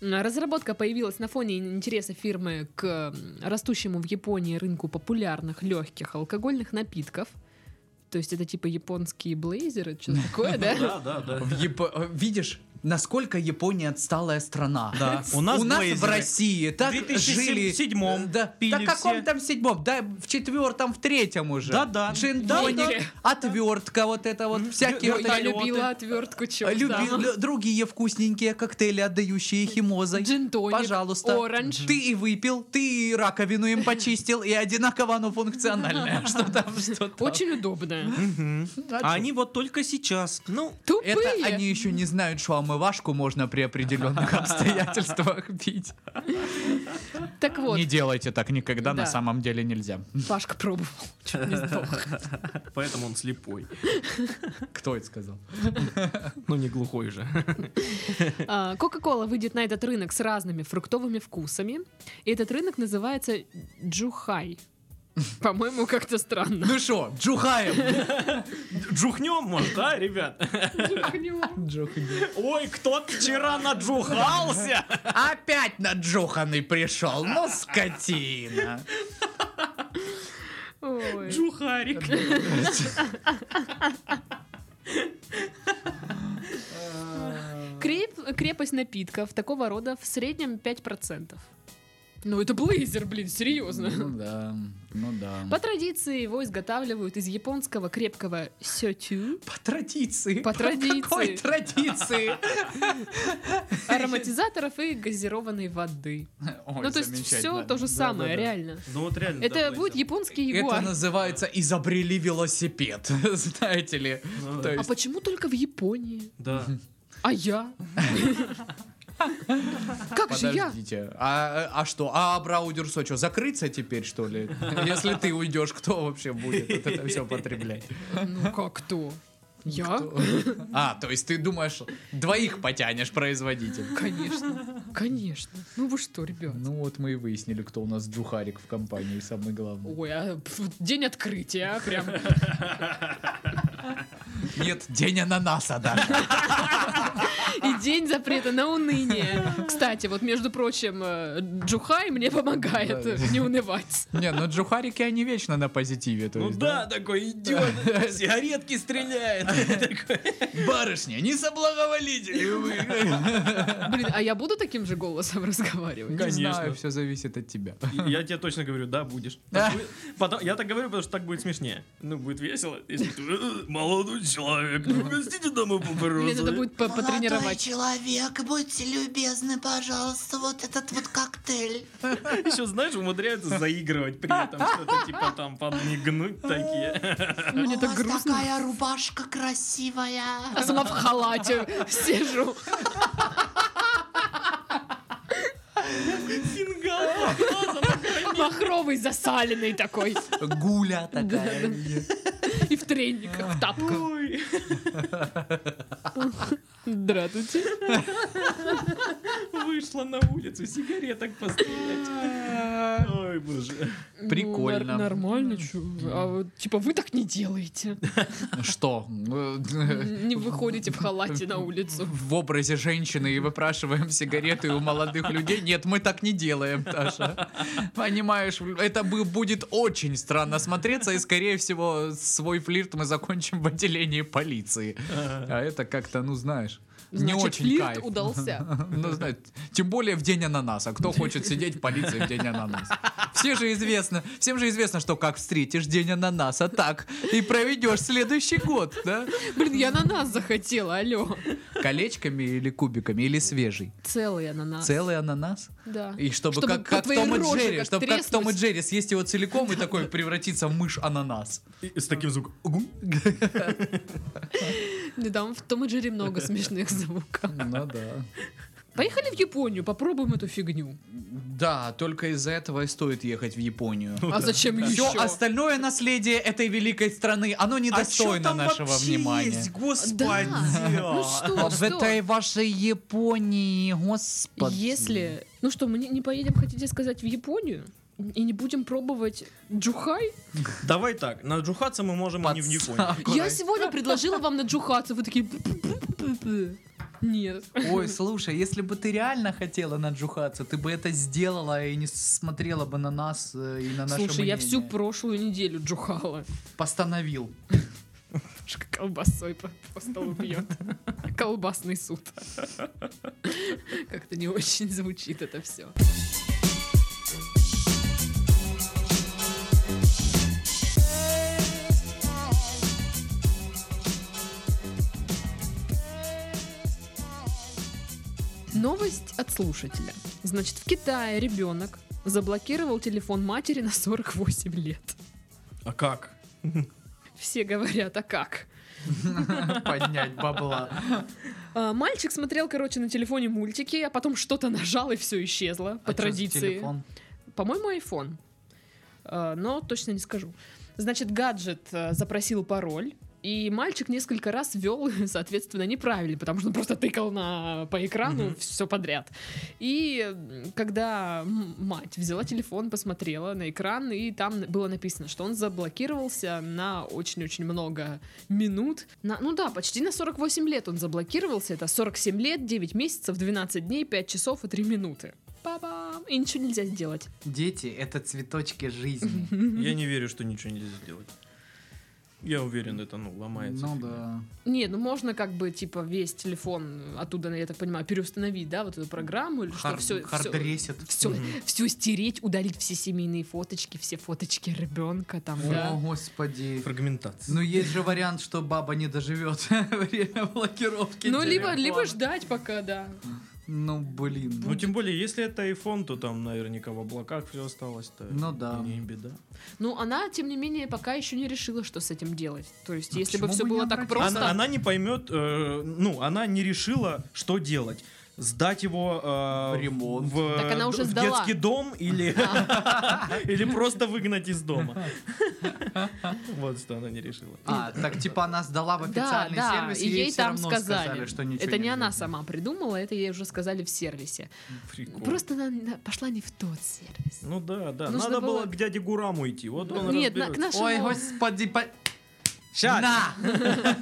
[SPEAKER 3] Мгм.
[SPEAKER 2] Разработка появилась на фоне интереса фирмы к м, растущему в Японии рынку популярных легких алкогольных напитков. То есть это типа японские блейзеры, что-то такое, да?
[SPEAKER 1] Да, да, да.
[SPEAKER 3] В Япо- э, Видишь, насколько Япония отсталая страна. *laughs*
[SPEAKER 1] Да, у
[SPEAKER 3] У
[SPEAKER 1] нас,
[SPEAKER 3] нас, в
[SPEAKER 1] блейзеры.
[SPEAKER 3] России так
[SPEAKER 1] 2007
[SPEAKER 3] жили...
[SPEAKER 1] седьмом
[SPEAKER 3] э, Да,
[SPEAKER 1] пили
[SPEAKER 3] да каком
[SPEAKER 1] все.
[SPEAKER 3] там седьмом? Да, в четвертом, в третьем уже.
[SPEAKER 1] Да-да.
[SPEAKER 3] Джин
[SPEAKER 2] Да-да.
[SPEAKER 3] Тоник, отвертка вот это вот, всякие...
[SPEAKER 2] Ой,
[SPEAKER 3] вот
[SPEAKER 2] я
[SPEAKER 3] эти вот,
[SPEAKER 2] любила
[SPEAKER 3] э,
[SPEAKER 2] отвертку, чё
[SPEAKER 3] люби- лю- Другие вкусненькие коктейли, отдающие химозой.
[SPEAKER 2] Джин-тоник,
[SPEAKER 3] Пожалуйста.
[SPEAKER 2] оранж.
[SPEAKER 3] Ты и выпил, ты и раковину им почистил, и одинаково оно функциональное. Что там, что там.
[SPEAKER 2] Очень удобно.
[SPEAKER 1] Мгм.
[SPEAKER 3] А
[SPEAKER 1] А
[SPEAKER 3] чё?
[SPEAKER 1] они вот только сейчас. Ну,
[SPEAKER 2] Тупые.
[SPEAKER 3] Это они еще не знают, что омывашку можно
[SPEAKER 1] *laughs*
[SPEAKER 3] при определенных обстоятельствах пить.
[SPEAKER 2] Так вот,
[SPEAKER 3] Не делайте так никогда,
[SPEAKER 2] Да.
[SPEAKER 3] на самом деле нельзя. *laughs*
[SPEAKER 2] Пашка пробовал, *laughs* чуть не сдох.
[SPEAKER 1] поэтому он слепой.
[SPEAKER 3] Кто это сказал?
[SPEAKER 1] Ну, не глухой *laughs* же.
[SPEAKER 2] А, Кока-кола выйдет на этот рынок с разными фруктовыми вкусами. И этот рынок называется
[SPEAKER 3] *laughs*
[SPEAKER 2] Джухай. По-моему, как-то странно.
[SPEAKER 3] Ну что, джухаем?
[SPEAKER 1] Джухнем, может, да, ребят? Ой, кто-то вчера наджухался!
[SPEAKER 3] *laughs* Опять наджуханный пришел,
[SPEAKER 2] *laughs*
[SPEAKER 3] ну скотина.
[SPEAKER 2] Ой.
[SPEAKER 1] Джухарик.
[SPEAKER 2] Креп- крепость напитков такого рода в среднем 5%. Ну это блейзер, блин, серьезно.
[SPEAKER 3] Ну да, ну
[SPEAKER 2] По
[SPEAKER 3] да.
[SPEAKER 2] традиции его изготавливают из японского крепкого сетю.
[SPEAKER 3] По традиции.
[SPEAKER 2] По традиции.
[SPEAKER 3] *laughs* какой традиции?
[SPEAKER 2] *laughs* ароматизаторов и газированной воды. ну то есть все то же самое, реально.
[SPEAKER 1] Ну вот реально.
[SPEAKER 2] Это будет японский
[SPEAKER 3] Это
[SPEAKER 2] ягуар.
[SPEAKER 3] называется изобрели велосипед, *laughs* знаете ли.
[SPEAKER 1] Ну,
[SPEAKER 3] То
[SPEAKER 2] А
[SPEAKER 3] есть
[SPEAKER 2] почему только в Японии?
[SPEAKER 1] Да.
[SPEAKER 2] А
[SPEAKER 3] *laughs*
[SPEAKER 2] я? Как же я?
[SPEAKER 3] Подождите, а, а что? А Абраудюрсо что, закрыться теперь, что ли? *laughs* Если ты уйдешь, кто вообще будет вот это все потреблять?
[SPEAKER 2] Ну как кто? Я?
[SPEAKER 3] А, то есть ты думаешь, двоих потянешь производитель?
[SPEAKER 2] Конечно, конечно. Ну вы что, ребят?
[SPEAKER 3] Ну вот мы и выяснили, кто у нас джухарик в компании, самый главный.
[SPEAKER 2] Ой, а, пф, день открытия, а, прям.
[SPEAKER 3] Нет, день ананаса даже.
[SPEAKER 2] И день запрета на уныние. Кстати, вот, между прочим, э, Джухай мне помогает
[SPEAKER 3] Да.
[SPEAKER 2] не унывать.
[SPEAKER 3] Не, ну джухарики, они вечно на позитиве. то
[SPEAKER 1] Ну
[SPEAKER 3] есть,
[SPEAKER 1] да, такой идет, сигаретки стреляет.
[SPEAKER 3] *laughs* Барышня, не соблаговолите ли вы? э,
[SPEAKER 2] Блин, а я буду таким же голосом *laughs* разговаривать?
[SPEAKER 3] Не
[SPEAKER 1] Конечно.
[SPEAKER 3] знаю, все зависит от тебя.
[SPEAKER 1] *laughs* Я тебе точно говорю, да, будешь.
[SPEAKER 3] Да. *laughs*
[SPEAKER 1] Вы- потом- я так говорю, потому что так будет смешнее. Ну, будет весело, если ты «Э, молодой человек, не угостите домой
[SPEAKER 2] Мне надо
[SPEAKER 1] папиросы.
[SPEAKER 2] будет по- потренировать.
[SPEAKER 4] человек, будьте любезны, пожалуйста, вот этот вот коктейль.
[SPEAKER 1] Еще, знаешь, умудряются заигрывать
[SPEAKER 2] *laughs*
[SPEAKER 1] при этом, что-то типа там подмигнуть такие.
[SPEAKER 2] Мне
[SPEAKER 4] А У
[SPEAKER 2] так
[SPEAKER 4] вас
[SPEAKER 2] грустно.
[SPEAKER 4] такая рубашка красивая.
[SPEAKER 2] А сама в халате сижу.
[SPEAKER 1] Фингал, глазом,
[SPEAKER 2] Махровый, засаленный такой.
[SPEAKER 3] Гуля такая.
[SPEAKER 2] И в трениках, в тапках. Здравствуйте.
[SPEAKER 1] Вышла на улицу, сигареток пострелять. Ой, боже.
[SPEAKER 3] Прикольно.
[SPEAKER 2] Ну, нар- Нормально, чё вы. А вот, типа, вы так не делаете.
[SPEAKER 3] Что? Ну,
[SPEAKER 2] Не выходите в халате на улицу.
[SPEAKER 3] В образе женщины и выпрашиваем сигареты у молодых людей. Нет, мы так не делаем, Таша. Понимаешь, это бы- будет очень странно смотреться, и, скорее всего, свой флирт мы закончим в отделении полиции. А это как-то, ну, знаешь, не
[SPEAKER 2] Значит,
[SPEAKER 3] очень
[SPEAKER 2] флирт
[SPEAKER 3] кайф.
[SPEAKER 2] удался.
[SPEAKER 3] *laughs* Ну, знаете, тем более в день ананаса. Кто хочет сидеть в полиции в день ананаса? Все же известно, всем же известно, что как встретишь день ананаса, так и проведешь следующий год, да?
[SPEAKER 2] Блин, я ананас захотела, алло.
[SPEAKER 3] Колечками или кубиками, или свежий?
[SPEAKER 2] Целый ананас.
[SPEAKER 3] Целый ананас?
[SPEAKER 2] Да.
[SPEAKER 3] И чтобы,
[SPEAKER 2] Чтобы
[SPEAKER 3] как,
[SPEAKER 2] по
[SPEAKER 3] как в
[SPEAKER 2] твоей
[SPEAKER 3] Том и
[SPEAKER 2] роже
[SPEAKER 3] Джерри,
[SPEAKER 2] как
[SPEAKER 3] чтобы как в Том и
[SPEAKER 2] треснуть.
[SPEAKER 3] Джерри съесть его целиком и такой превратиться в мышь-ананас.
[SPEAKER 1] И С таким звуком.
[SPEAKER 2] Да, там в Том и Джерри много смешных звуков.
[SPEAKER 3] Ну да.
[SPEAKER 2] Поехали в Японию, попробуем эту фигню.
[SPEAKER 3] Да, только из-за этого и стоит ехать в Японию.
[SPEAKER 1] Ну,
[SPEAKER 2] А зачем еще?
[SPEAKER 3] Все остальное наследие этой великой страны, оно
[SPEAKER 2] А
[SPEAKER 3] недостойно нашего внимания.
[SPEAKER 1] господи?
[SPEAKER 2] Ну что,
[SPEAKER 3] А В этой
[SPEAKER 2] что?
[SPEAKER 3] вашей Японии, господи.
[SPEAKER 2] Если... Ну что, мы не- не поедем, хотите сказать, в Японию? И не будем пробовать джухай?
[SPEAKER 1] Давай так, наджухаться мы можем, а не в Японии.
[SPEAKER 2] Я сегодня предложила вам наджухаться, вы такие... «Пу-пу-пу-пу-пу». Нет.
[SPEAKER 3] Ой, слушай, если бы ты реально хотела наджухаться, ты бы это сделала и не смотрела бы на нас э, и на наше
[SPEAKER 2] Слушай, я
[SPEAKER 3] мнение.
[SPEAKER 2] всю прошлую неделю джухала.
[SPEAKER 3] Постановил.
[SPEAKER 2] Ш- Колбасой по, по столу *laughs* бьет. Колбасный суд. Как-то не очень звучит это все. Новость от слушателя. Значит, в Китае ребенок заблокировал телефон матери на 48 лет.
[SPEAKER 1] А как?
[SPEAKER 2] Все говорят, а как?
[SPEAKER 3] Поднять бабла.
[SPEAKER 2] А, Мальчик смотрел, короче, на телефоне мультики, а потом что-то нажал и все исчезло по
[SPEAKER 3] А чё за
[SPEAKER 2] традиции.
[SPEAKER 3] телефон?
[SPEAKER 2] По-моему, iPhone. А, Но точно не скажу. Значит, гаджет а, запросил пароль. И мальчик несколько раз вел, *laughs* соответственно, неправильно, потому что он просто тыкал на, по экрану все подряд. И м, когда м, мать взяла телефон, посмотрела на экран, и там было написано, что он заблокировался на очень-очень много минут. На- ну да, почти на 48 лет он заблокировался. Это 47 лет, 9 месяцев, 12 дней, 5 часов и 3 минуты. Па-бам! И ничего нельзя сделать.
[SPEAKER 3] Дети — это цветочки жизни.
[SPEAKER 1] Я не верю, что ничего нельзя сделать. Я уверен, это, ну, ломается.
[SPEAKER 3] Ну да.
[SPEAKER 2] Не, ну можно как бы, типа, весь телефон оттуда, я так понимаю, переустановить, да, вот эту программу, или что
[SPEAKER 3] Хар-
[SPEAKER 2] все, все,
[SPEAKER 3] хардресит.
[SPEAKER 2] все, стереть, удалить все семейные фоточки, все фоточки ребенка там,
[SPEAKER 3] О,
[SPEAKER 2] да.
[SPEAKER 3] господи.
[SPEAKER 1] Фрагментация.
[SPEAKER 3] Ну, есть же вариант, что баба не доживет *laughs* время блокировки
[SPEAKER 2] Ну, либо,
[SPEAKER 3] телефона.
[SPEAKER 2] либо ждать пока, да.
[SPEAKER 3] Ну, блин.
[SPEAKER 1] Ну, тем более, если это iPhone, то там наверняка в облаках все осталось-то.
[SPEAKER 3] Ну да.
[SPEAKER 1] Не беда.
[SPEAKER 2] Ну, она, тем не менее, пока еще не решила, что с этим делать. То есть,
[SPEAKER 3] Ну,
[SPEAKER 2] если бы
[SPEAKER 3] почему
[SPEAKER 2] все
[SPEAKER 3] бы не
[SPEAKER 2] было так
[SPEAKER 3] обратиться?
[SPEAKER 2] просто...
[SPEAKER 1] Она, она не поймет, э, ну, она не решила, что делать. Сдать его э,
[SPEAKER 3] В ремонт.
[SPEAKER 1] в,
[SPEAKER 2] Так она уже
[SPEAKER 1] в
[SPEAKER 2] сдала.
[SPEAKER 1] детский дом или, *laughs* или просто выгнать из
[SPEAKER 3] *laughs*
[SPEAKER 1] дома. Вот что она не решила.
[SPEAKER 3] А, так типа она сдала в
[SPEAKER 2] Да,
[SPEAKER 3] официальный
[SPEAKER 2] да,
[SPEAKER 3] сервис,
[SPEAKER 2] и ей
[SPEAKER 3] всё
[SPEAKER 2] там
[SPEAKER 3] равно
[SPEAKER 2] сказали.
[SPEAKER 3] что ничего
[SPEAKER 2] это не
[SPEAKER 3] нельзя
[SPEAKER 2] она
[SPEAKER 3] делать.
[SPEAKER 2] сама придумала, это ей уже сказали в сервисе.
[SPEAKER 1] Прикол.
[SPEAKER 2] Просто она на- пошла не в тот сервис.
[SPEAKER 1] Ну да, да.
[SPEAKER 2] Нужно
[SPEAKER 1] Надо было
[SPEAKER 2] было
[SPEAKER 1] к дяде Гураму идти. Вот он
[SPEAKER 2] Нет, на- к
[SPEAKER 1] разберется.
[SPEAKER 2] нашему...
[SPEAKER 3] Ну, Ой, господи, по-
[SPEAKER 1] Щас.
[SPEAKER 2] А,
[SPEAKER 3] На!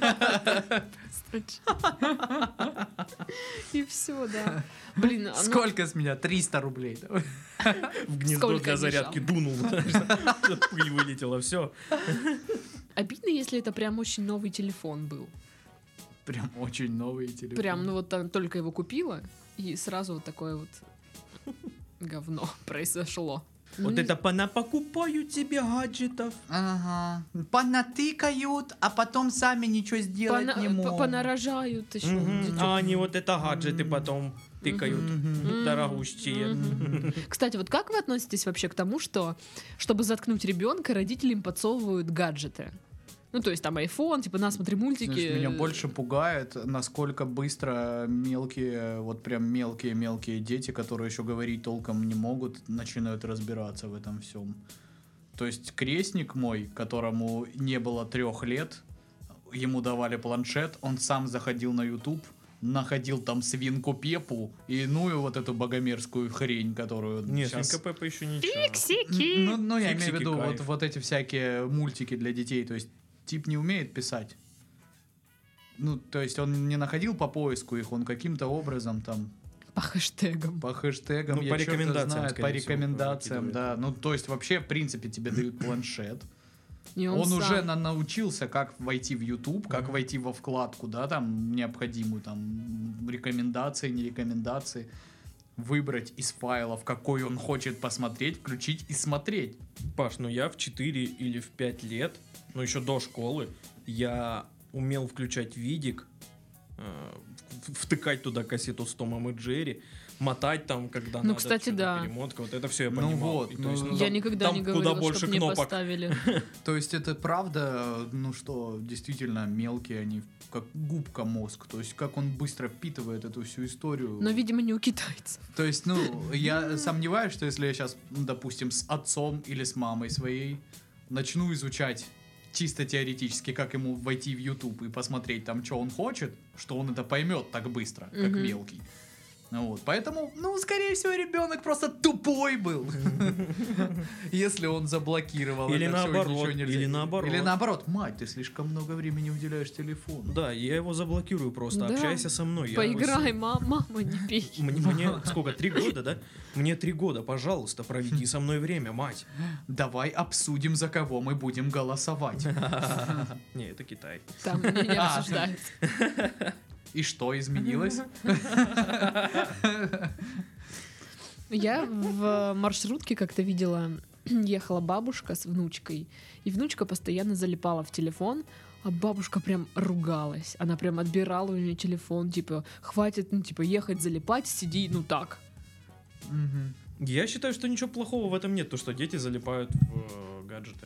[SPEAKER 2] И все,
[SPEAKER 3] *laughs*
[SPEAKER 2] да. Блин, а ну-
[SPEAKER 3] Сколько с меня? 300 рублей. *laughs*
[SPEAKER 1] в гнездо
[SPEAKER 2] Сколько
[SPEAKER 1] для
[SPEAKER 2] я
[SPEAKER 1] зарядки
[SPEAKER 2] *laughs*
[SPEAKER 1] дунул. знаешь, Пыль вылетела, все.
[SPEAKER 2] обидно, если это прям очень новый телефон был.
[SPEAKER 3] Прям очень новые телефоны.
[SPEAKER 2] Прям, ну вот там только его купила, и сразу вот такое вот *laughs* говно произошло.
[SPEAKER 1] Вот
[SPEAKER 2] Ну,
[SPEAKER 1] это пона покупаю тебе гаджетов.
[SPEAKER 3] Ага. Понатыкают, а потом сами ничего сделать
[SPEAKER 2] пона-
[SPEAKER 3] не
[SPEAKER 2] п-
[SPEAKER 3] могут.
[SPEAKER 2] Понарожают еще.
[SPEAKER 1] Мгм.
[SPEAKER 2] детей.
[SPEAKER 1] А они вот это гаджеты потом тыкают.
[SPEAKER 3] Мгм.
[SPEAKER 2] Мгм.
[SPEAKER 1] Дорогущие.
[SPEAKER 2] Мгм. Кстати, вот как вы относитесь вообще к тому, что чтобы заткнуть ребенка, родители им подсовывают гаджеты? Ну, то есть там iPhone, типа, на, смотри мультики. э,
[SPEAKER 3] Знаешь, меня больше пугает, насколько быстро мелкие, вот прям мелкие-мелкие дети, которые еще говорить толком не могут, начинают разбираться в этом всем. То есть крестник мой, которому не было трех лет, ему давали планшет, он сам заходил на YouTube, находил там свинку Пепу и ну и вот эту богомерзкую хрень, которую
[SPEAKER 1] Нет,
[SPEAKER 3] щас-
[SPEAKER 1] Свинка Пеппа еще ничего.
[SPEAKER 2] Фиксики!
[SPEAKER 3] ну, ну, я имею в
[SPEAKER 1] Фиксики,
[SPEAKER 3] виду вот,
[SPEAKER 1] кайф.
[SPEAKER 3] вот эти всякие мультики для детей. То есть тип не умеет писать. Ну, то есть он не находил по поиску их, он каким-то образом там
[SPEAKER 2] По хэштегам.
[SPEAKER 3] по хэштегам,
[SPEAKER 1] Ну,
[SPEAKER 3] я
[SPEAKER 1] по
[SPEAKER 3] чёрта
[SPEAKER 1] рекомендациям,
[SPEAKER 3] знаю,
[SPEAKER 1] скорее
[SPEAKER 3] по
[SPEAKER 1] всего,
[SPEAKER 3] рекомендациям,
[SPEAKER 1] выкидывает.
[SPEAKER 3] да. Ну, то есть вообще, в принципе, тебе дают планшет.
[SPEAKER 2] И
[SPEAKER 3] Он,
[SPEAKER 2] сам.
[SPEAKER 3] уже на- научился, как войти в YouTube, как
[SPEAKER 1] Мгм.
[SPEAKER 3] войти во вкладку, да, там необходимую, там м, рекомендации, не рекомендации, выбрать из файлов, какой он хочет посмотреть, включить и смотреть.
[SPEAKER 1] Паш, ну я в 4 или в 5 лет, ну еще до школы, я умел включать видик, э, в- втыкать туда кассету с Томом и Джерри, мотать там, когда
[SPEAKER 2] Ну,
[SPEAKER 1] надо,
[SPEAKER 2] кстати,
[SPEAKER 1] всё,
[SPEAKER 2] да.
[SPEAKER 1] перемотка, вот это все я
[SPEAKER 3] Ну
[SPEAKER 1] понимал.
[SPEAKER 3] вот,
[SPEAKER 1] И то
[SPEAKER 3] ну,
[SPEAKER 1] есть, ну,
[SPEAKER 2] Я
[SPEAKER 1] там-
[SPEAKER 2] никогда
[SPEAKER 1] там
[SPEAKER 2] не
[SPEAKER 1] куда
[SPEAKER 2] говорила,
[SPEAKER 1] больше
[SPEAKER 2] чтоб мне
[SPEAKER 1] кнопок.
[SPEAKER 2] поставили.
[SPEAKER 3] То есть это правда, ну что, действительно мелкие они, как губка мозг, то есть как он быстро впитывает эту всю историю.
[SPEAKER 2] Но, видимо, не у китайцев.
[SPEAKER 3] То есть, ну, я сомневаюсь, что если я сейчас, допустим, с отцом или с мамой своей начну изучать чисто теоретически, как ему войти в YouTube и посмотреть там, что он хочет, что он это поймет так быстро, как
[SPEAKER 2] Мгм.
[SPEAKER 3] мелкий. Ну вот, поэтому, ну, скорее всего, ребенок просто тупой был, если он заблокировал.
[SPEAKER 1] Или
[SPEAKER 3] это всё, и
[SPEAKER 1] наоборот,
[SPEAKER 3] ничего нельзя.
[SPEAKER 1] или наоборот.
[SPEAKER 3] Или наоборот, мать, ты слишком много времени уделяешь телефону.
[SPEAKER 1] Да, я его заблокирую просто,
[SPEAKER 2] Да.
[SPEAKER 1] общайся со мной. я
[SPEAKER 2] Поиграй, ма- мама, не пей.
[SPEAKER 1] его с- Мне, мне сколько, три года, да? Мне три года, пожалуйста, проведи со мной время, мать.
[SPEAKER 3] *laughs* Давай обсудим, за кого мы будем голосовать.
[SPEAKER 1] Не, это Китай.
[SPEAKER 2] Там не- не
[SPEAKER 3] А.
[SPEAKER 2] обсуждают.
[SPEAKER 3] И что изменилось?
[SPEAKER 2] Я в э, маршрутке как-то видела, *clears throat* ехала бабушка с внучкой, и внучка постоянно залипала в телефон, а бабушка прям ругалась. Она прям отбирала у нее телефон, типа, хватит, ну, типа, ехать, залипать, сиди, ну так.
[SPEAKER 3] Мгм.
[SPEAKER 1] Я считаю, что ничего плохого в этом нет, то, что дети залипают в э, гаджеты.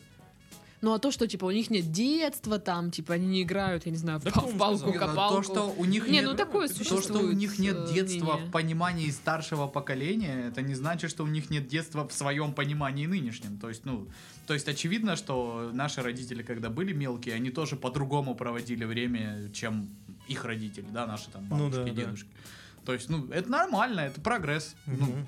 [SPEAKER 2] Ну а то, что, типа, у них нет детства там, типа, они не играют, я не знаю, в,
[SPEAKER 1] Да
[SPEAKER 2] па-
[SPEAKER 1] кто
[SPEAKER 2] в
[SPEAKER 1] вам
[SPEAKER 2] палку,
[SPEAKER 1] сказал?
[SPEAKER 2] копалку.
[SPEAKER 3] То, что у них
[SPEAKER 2] Не,
[SPEAKER 3] нет,
[SPEAKER 2] ну такое
[SPEAKER 1] то, что
[SPEAKER 3] то,
[SPEAKER 2] существует.
[SPEAKER 3] что у них нет
[SPEAKER 2] э,
[SPEAKER 3] детства
[SPEAKER 2] мнение.
[SPEAKER 3] в понимании старшего поколения, это не значит, что у них нет детства в своем понимании нынешнем. То есть, ну, то есть очевидно, что наши родители, когда были мелкие, они тоже по-другому проводили время, чем их родители, да, наши там
[SPEAKER 1] Ну
[SPEAKER 3] бабушки,
[SPEAKER 1] да, да.
[SPEAKER 3] дедушки. То есть, ну, это нормально, это прогресс, ну,
[SPEAKER 1] Мгм.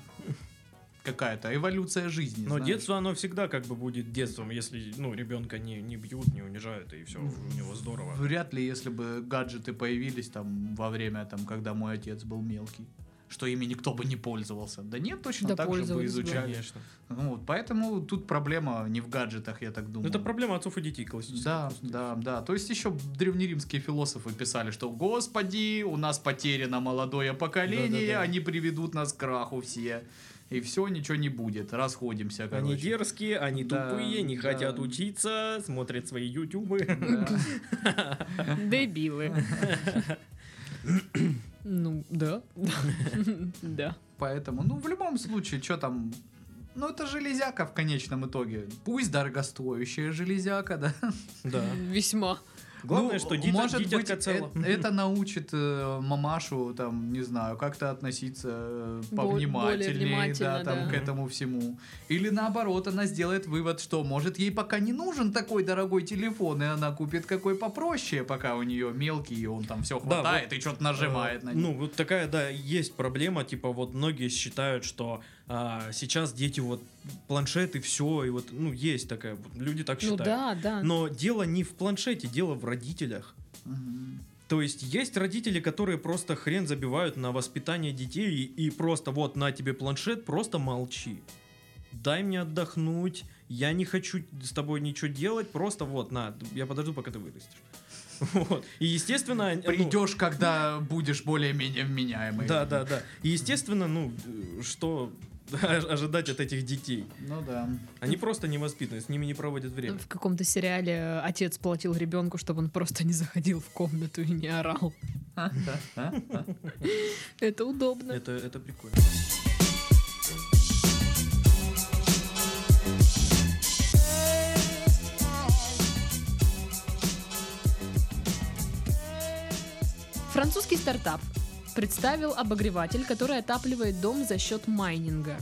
[SPEAKER 3] какая-то эволюция жизни.
[SPEAKER 1] Но
[SPEAKER 3] знаешь.
[SPEAKER 1] детство, оно всегда как бы будет детством, если, ну, ребенка не, не бьют, не унижают, и все у него здорово.
[SPEAKER 3] Ну, Вряд ли, если бы гаджеты появились там во время, там, когда мой отец был мелкий, что ими никто бы не пользовался. Да нет, точно
[SPEAKER 2] Да
[SPEAKER 3] так же бы
[SPEAKER 2] пользовались бы.
[SPEAKER 3] изучали.
[SPEAKER 1] Конечно.
[SPEAKER 3] Ну, вот, поэтому тут проблема не в гаджетах, я так
[SPEAKER 1] Ну,
[SPEAKER 3] думаю.
[SPEAKER 1] это проблема отцов и детей классическая.
[SPEAKER 3] Да,
[SPEAKER 1] просто.
[SPEAKER 3] да, да. То есть еще древнеримские философы писали, что «Господи, у нас потеряно молодое поколение,
[SPEAKER 1] Да-да-да.
[SPEAKER 3] они приведут нас к краху все». И все, ничего не будет, расходимся, короче.
[SPEAKER 1] Они дерзкие, они
[SPEAKER 3] Да,
[SPEAKER 1] тупые, не
[SPEAKER 3] да.
[SPEAKER 1] хотят учиться, смотрят свои ютубы.
[SPEAKER 3] Да.
[SPEAKER 2] Дебилы. Ну, да. Да.
[SPEAKER 3] Поэтому, ну, в любом случае, что там... Ну, это железяка в конечном итоге. Пусть дорогостоящая железяка, да.
[SPEAKER 1] *laughs* Да.
[SPEAKER 2] Весьма.
[SPEAKER 1] Главное,
[SPEAKER 3] Ну,
[SPEAKER 1] что дитя,
[SPEAKER 3] может быть,
[SPEAKER 1] дитятка цело.
[SPEAKER 3] э- это научит э, мамашу, там, не знаю, как-то относиться э,
[SPEAKER 2] Бо- более
[SPEAKER 3] повнимательнее,
[SPEAKER 2] внимательно,
[SPEAKER 3] да, там,
[SPEAKER 2] да.
[SPEAKER 3] к этому всему. Или наоборот, она сделает вывод, что, может, ей пока не нужен такой дорогой телефон, и она купит какой попроще, пока у нее мелкий, и он там все
[SPEAKER 1] Да,
[SPEAKER 3] хватает и что-то нажимает
[SPEAKER 1] Э,
[SPEAKER 3] на
[SPEAKER 1] Ну, вот такая, да, есть проблема. Типа, вот многие считают, что а, сейчас дети вот планшеты, все, и вот, ну, есть такая, вот, люди так
[SPEAKER 2] Ну
[SPEAKER 1] считают.
[SPEAKER 2] да, да.
[SPEAKER 1] Но дело не в планшете, дело в родителях.
[SPEAKER 3] Мгм.
[SPEAKER 1] То есть есть родители, которые просто хрен забивают на воспитание детей и, и просто вот на тебе планшет, просто молчи. Дай мне отдохнуть, я не хочу с тобой ничего делать, просто вот на, я подожду, пока ты вырастешь. *laughs* Вот. И естественно, они- ну,
[SPEAKER 3] Придешь, когда будешь более-менее вменяемый.
[SPEAKER 1] да, да, да. И естественно, ну э, что *laughs* о- ожидать от этих детей?
[SPEAKER 3] Ну да.
[SPEAKER 1] Они просто не воспитаны, с ними не проводят время.
[SPEAKER 2] Ну, В каком-то сериале э, отец платил ребенку, чтобы он просто не заходил в комнату и не орал.
[SPEAKER 3] А?
[SPEAKER 2] Это удобно.
[SPEAKER 1] Это, это прикольно.
[SPEAKER 2] Французский стартап представил обогреватель, который отапливает дом за счет майнинга.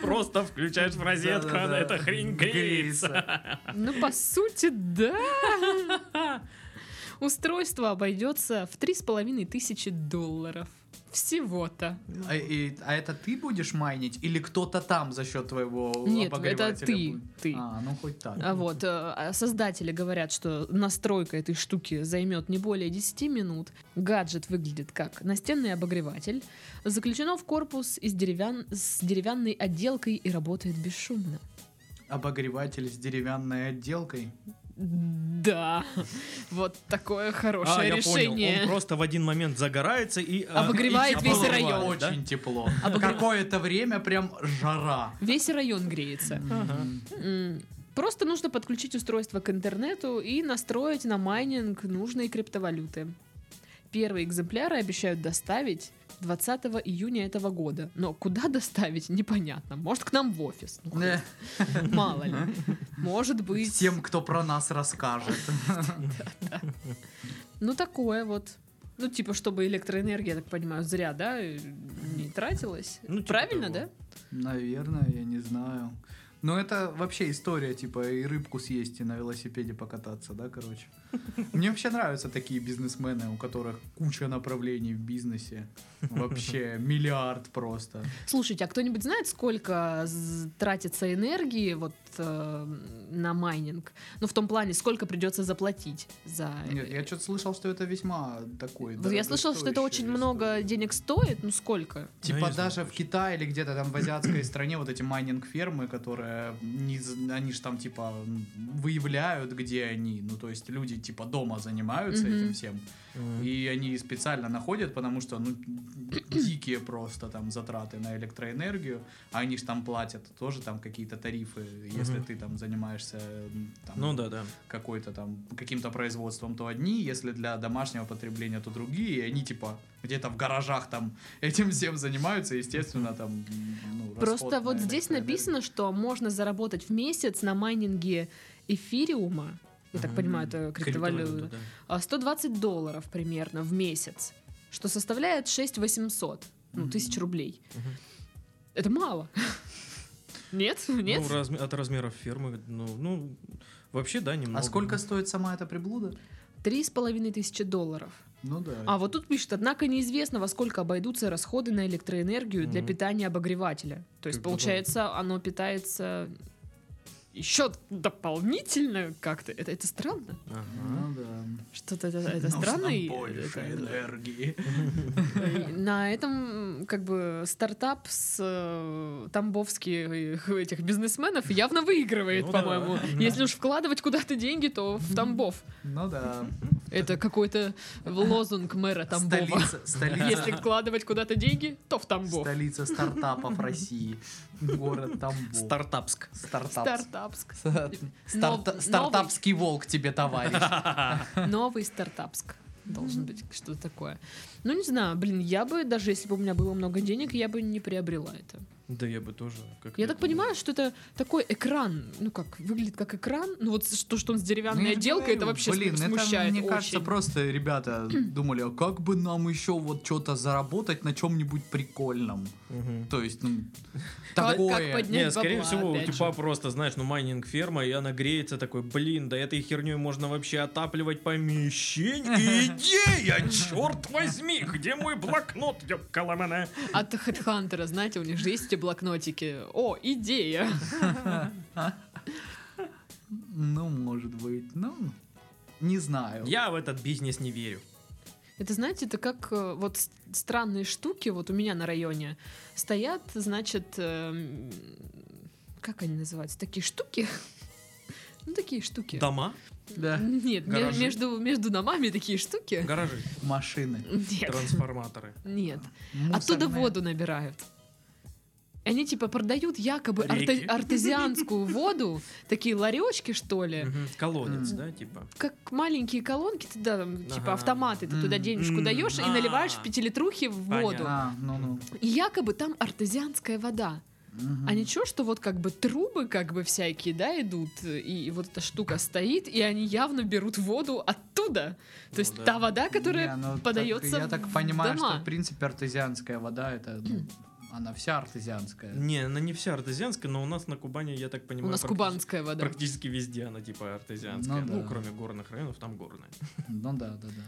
[SPEAKER 1] Просто включаешь в розетку,
[SPEAKER 3] Да-да-да.
[SPEAKER 1] она эта хрень греется.
[SPEAKER 2] Ну, по сути, да. Устройство обойдется в три с половиной тысячи долларов. Всего-то.
[SPEAKER 3] А, и- а это ты будешь майнить или кто-то там за счет твоего
[SPEAKER 2] Нет, это
[SPEAKER 3] обогревателя
[SPEAKER 2] ты.
[SPEAKER 3] будет?
[SPEAKER 2] ты.
[SPEAKER 3] А, ну хоть так.
[SPEAKER 2] А Вот, э, а создатели говорят, что настройка этой штуки займет не более 10 минут. Гаджет выглядит как настенный обогреватель, заключено в корпус из деревян... с деревянной отделкой и работает бесшумно.
[SPEAKER 3] Обогреватель с деревянной отделкой.
[SPEAKER 2] Да, *laughs* вот такое хорошее
[SPEAKER 1] А, я
[SPEAKER 2] решение.
[SPEAKER 1] понял. Он просто в один момент загорается и... э,
[SPEAKER 2] Обогревает
[SPEAKER 1] и-
[SPEAKER 2] весь
[SPEAKER 1] обогревает,
[SPEAKER 2] район.
[SPEAKER 1] да?
[SPEAKER 3] Очень тепло. Какое-то время прям жара.
[SPEAKER 2] Весь район греется.
[SPEAKER 1] Ага.
[SPEAKER 2] М, Просто нужно подключить устройство к интернету и настроить на майнинг нужные криптовалюты. Первые экземпляры обещают доставить 20 июня этого года. Но куда доставить, непонятно. Может, к нам в офис.
[SPEAKER 1] *laughs*
[SPEAKER 2] Ну,
[SPEAKER 3] Э,
[SPEAKER 2] мало ли. Может быть.
[SPEAKER 3] Всем, кто про нас расскажет.
[SPEAKER 2] Ну, такое вот. Ну, типа, чтобы электроэнергия, я так понимаю, зря, да, э, не тратилась.
[SPEAKER 1] Ну, типа
[SPEAKER 2] Правильно,
[SPEAKER 1] того.
[SPEAKER 2] да?
[SPEAKER 3] Наверное, я не знаю. Но это вообще история, типа, и рыбку съесть, и на велосипеде покататься, да, короче. Мне вообще нравятся такие бизнесмены, у которых куча направлений в бизнесе. Вообще миллиард просто.
[SPEAKER 2] Слушайте, а кто-нибудь знает, сколько з- тратится энергии вот э, на майнинг? Ну, в том плане, сколько придется заплатить за...
[SPEAKER 3] Нет, я что-то слышал, что это весьма такой...
[SPEAKER 2] Вот Ну, я слышала, что это очень
[SPEAKER 3] дорогостоящая
[SPEAKER 2] много
[SPEAKER 3] история.
[SPEAKER 2] денег стоит, ну сколько?
[SPEAKER 1] Я не
[SPEAKER 3] Типа
[SPEAKER 1] знаю,
[SPEAKER 3] даже в
[SPEAKER 1] точно.
[SPEAKER 3] Китае или где-то там в азиатской стране вот эти майнинг-фермы, которые не, з- они же там типа м, выявляют, где они. Ну, то есть люди типа дома занимаются
[SPEAKER 2] Мгм.
[SPEAKER 3] этим всем.
[SPEAKER 1] Э,
[SPEAKER 3] И они специально находят, потому что, ну, дикие просто там затраты на электроэнергию, а они же там платят тоже там какие-то тарифы, если
[SPEAKER 1] Мгм.
[SPEAKER 3] ты там занимаешься м, там,
[SPEAKER 1] Ну да, да.
[SPEAKER 3] какой-то там каким-то производством, то одни, если для домашнего потребления, то другие, и они типа где-то в гаражах там *laughs* этим всем занимаются, естественно, там м, ну,
[SPEAKER 2] Просто
[SPEAKER 3] расход на
[SPEAKER 2] вот здесь
[SPEAKER 3] электроэнергию.
[SPEAKER 2] написано, что можно заработать в месяц на майнинге эфириума, я так
[SPEAKER 1] Мгм.
[SPEAKER 2] понимаю, это
[SPEAKER 1] Криптовалюта, да.
[SPEAKER 2] криптовалюта, а, 120 долларов примерно в месяц, что составляет 6800, ну,
[SPEAKER 3] Мгм.
[SPEAKER 2] тысяч рублей.
[SPEAKER 1] Мгм.
[SPEAKER 2] Это мало. *laughs* Нет? Нет?
[SPEAKER 1] Ну, разме- от размеров фермы, ну, ну, вообще, да, немного.
[SPEAKER 3] А сколько стоит сама эта приблуда?
[SPEAKER 2] Три с половиной тысячи долларов.
[SPEAKER 3] Ну да.
[SPEAKER 2] А вот тут пишет, однако неизвестно, во сколько обойдутся расходы на электроэнергию для
[SPEAKER 1] Мгм.
[SPEAKER 2] питания обогревателя. То есть,
[SPEAKER 1] Как бы, да.
[SPEAKER 2] получается, оно питается еще дополнительно как-то. Это, это странно.
[SPEAKER 1] Ага.
[SPEAKER 3] Ну да.
[SPEAKER 2] Что-то это, это
[SPEAKER 3] Нужно
[SPEAKER 2] странно. и-
[SPEAKER 3] больше
[SPEAKER 2] это-
[SPEAKER 3] энергии.
[SPEAKER 2] и На этом, как бы, стартап с э, тамбовских э, этих бизнесменов явно выигрывает,
[SPEAKER 1] Ну да.
[SPEAKER 2] по-моему. Если уж вкладывать куда-то деньги, то в Тамбов.
[SPEAKER 3] Ну да.
[SPEAKER 2] Это какой-то лозунг мэра Тамбова.
[SPEAKER 3] Столица, столица,
[SPEAKER 2] Если вкладывать куда-то деньги, то в Тамбов.
[SPEAKER 3] столица стартапов России. Город Тамбов.
[SPEAKER 1] Стартапск.
[SPEAKER 3] Стартапс.
[SPEAKER 2] Стартапск.
[SPEAKER 3] Старта-
[SPEAKER 2] Нов-
[SPEAKER 3] Стартапский волк тебе, товарищ.
[SPEAKER 2] Новый стартапск. Должен быть что-то такое. Ну, не знаю, блин, я бы, даже если бы у меня было много денег, я бы не приобрела это.
[SPEAKER 1] Да я бы тоже. как-то
[SPEAKER 2] Я так
[SPEAKER 1] это-
[SPEAKER 2] понимаю, что это такой экран, ну как, выглядит как экран, ну вот что, что он с деревянной
[SPEAKER 3] Ну, я же
[SPEAKER 2] отделкой, это
[SPEAKER 3] говорю,
[SPEAKER 2] вообще
[SPEAKER 3] Блин,
[SPEAKER 2] см-
[SPEAKER 3] это,
[SPEAKER 2] смущает
[SPEAKER 3] мне
[SPEAKER 2] очень.
[SPEAKER 3] кажется, просто ребята думали, а как бы нам еще вот что-то заработать на чем-нибудь прикольном?
[SPEAKER 1] Мгм.
[SPEAKER 3] То есть, ну,
[SPEAKER 2] Как-
[SPEAKER 3] такое.
[SPEAKER 2] как поднять-
[SPEAKER 1] Не,
[SPEAKER 2] Нет,
[SPEAKER 1] скорее
[SPEAKER 2] Ну, бабла,
[SPEAKER 1] всего, у
[SPEAKER 2] опять
[SPEAKER 1] типа просто, знаешь, ну майнинг ферма, и она греется такой, блин, да этой херней можно вообще отапливать помещение. Идея, черт возьми, где мой блокнот, ёбка ломаная?
[SPEAKER 2] От HeadHunter, знаете, у них же есть эти блокнотики. О, идея!
[SPEAKER 3] Ну, может быть, ну, не знаю.
[SPEAKER 1] Я в этот бизнес не верю.
[SPEAKER 2] Это, знаете, это как э, вот с- странные штуки вот у меня на районе стоят, значит, эм, как они называются, такие штуки? *laughs* Ну, такие штуки.
[SPEAKER 1] Дома,
[SPEAKER 3] Да.
[SPEAKER 2] Нет, ме-
[SPEAKER 1] Гаражи.
[SPEAKER 2] между, между домами такие штуки.
[SPEAKER 1] гаражи,
[SPEAKER 3] Машины.
[SPEAKER 2] Нет,
[SPEAKER 1] трансформаторы.
[SPEAKER 2] нет. Оттуда
[SPEAKER 3] Мусорные.
[SPEAKER 2] воду набирают. Они типа продают якобы арте-
[SPEAKER 1] Реки.
[SPEAKER 2] артезианскую воду, такие ларечки, что ли,
[SPEAKER 1] Мгм. Колодец,
[SPEAKER 3] Мгм.
[SPEAKER 1] да, типа.
[SPEAKER 2] как маленькие колонки, ты, да, там,
[SPEAKER 1] Ага.
[SPEAKER 2] типа автоматы, ты туда
[SPEAKER 3] М,
[SPEAKER 2] денежку
[SPEAKER 1] м,
[SPEAKER 2] даешь и
[SPEAKER 1] а.
[SPEAKER 2] наливаешь в пятилитрухи в воду.
[SPEAKER 1] Понятно.
[SPEAKER 3] А, ну, ну.
[SPEAKER 2] И якобы там артезианская вода.
[SPEAKER 3] Мгм.
[SPEAKER 2] А ничего, что вот как бы трубы как бы всякие, да, идут, и вот эта штука стоит, и они явно берут воду оттуда. То
[SPEAKER 1] Ну
[SPEAKER 2] есть
[SPEAKER 1] да.
[SPEAKER 2] та вода,
[SPEAKER 3] Не,
[SPEAKER 2] которая
[SPEAKER 3] ну, так
[SPEAKER 2] подается
[SPEAKER 3] Я так
[SPEAKER 2] в
[SPEAKER 3] понимаю,
[SPEAKER 2] дома.
[SPEAKER 3] что в принципе артезианская вода это
[SPEAKER 2] *clears throat*
[SPEAKER 3] ну, она вся артезианская.
[SPEAKER 1] Не, она не вся артезианская, но у нас на Кубани, я так
[SPEAKER 2] У
[SPEAKER 1] понимаю,
[SPEAKER 2] нас
[SPEAKER 1] практи-
[SPEAKER 2] кубанская вода.
[SPEAKER 1] практически везде она типа артезианская.
[SPEAKER 3] Ну
[SPEAKER 1] Ну,
[SPEAKER 3] да.
[SPEAKER 1] кроме горных районов, там горная.
[SPEAKER 3] Ну да, да, да.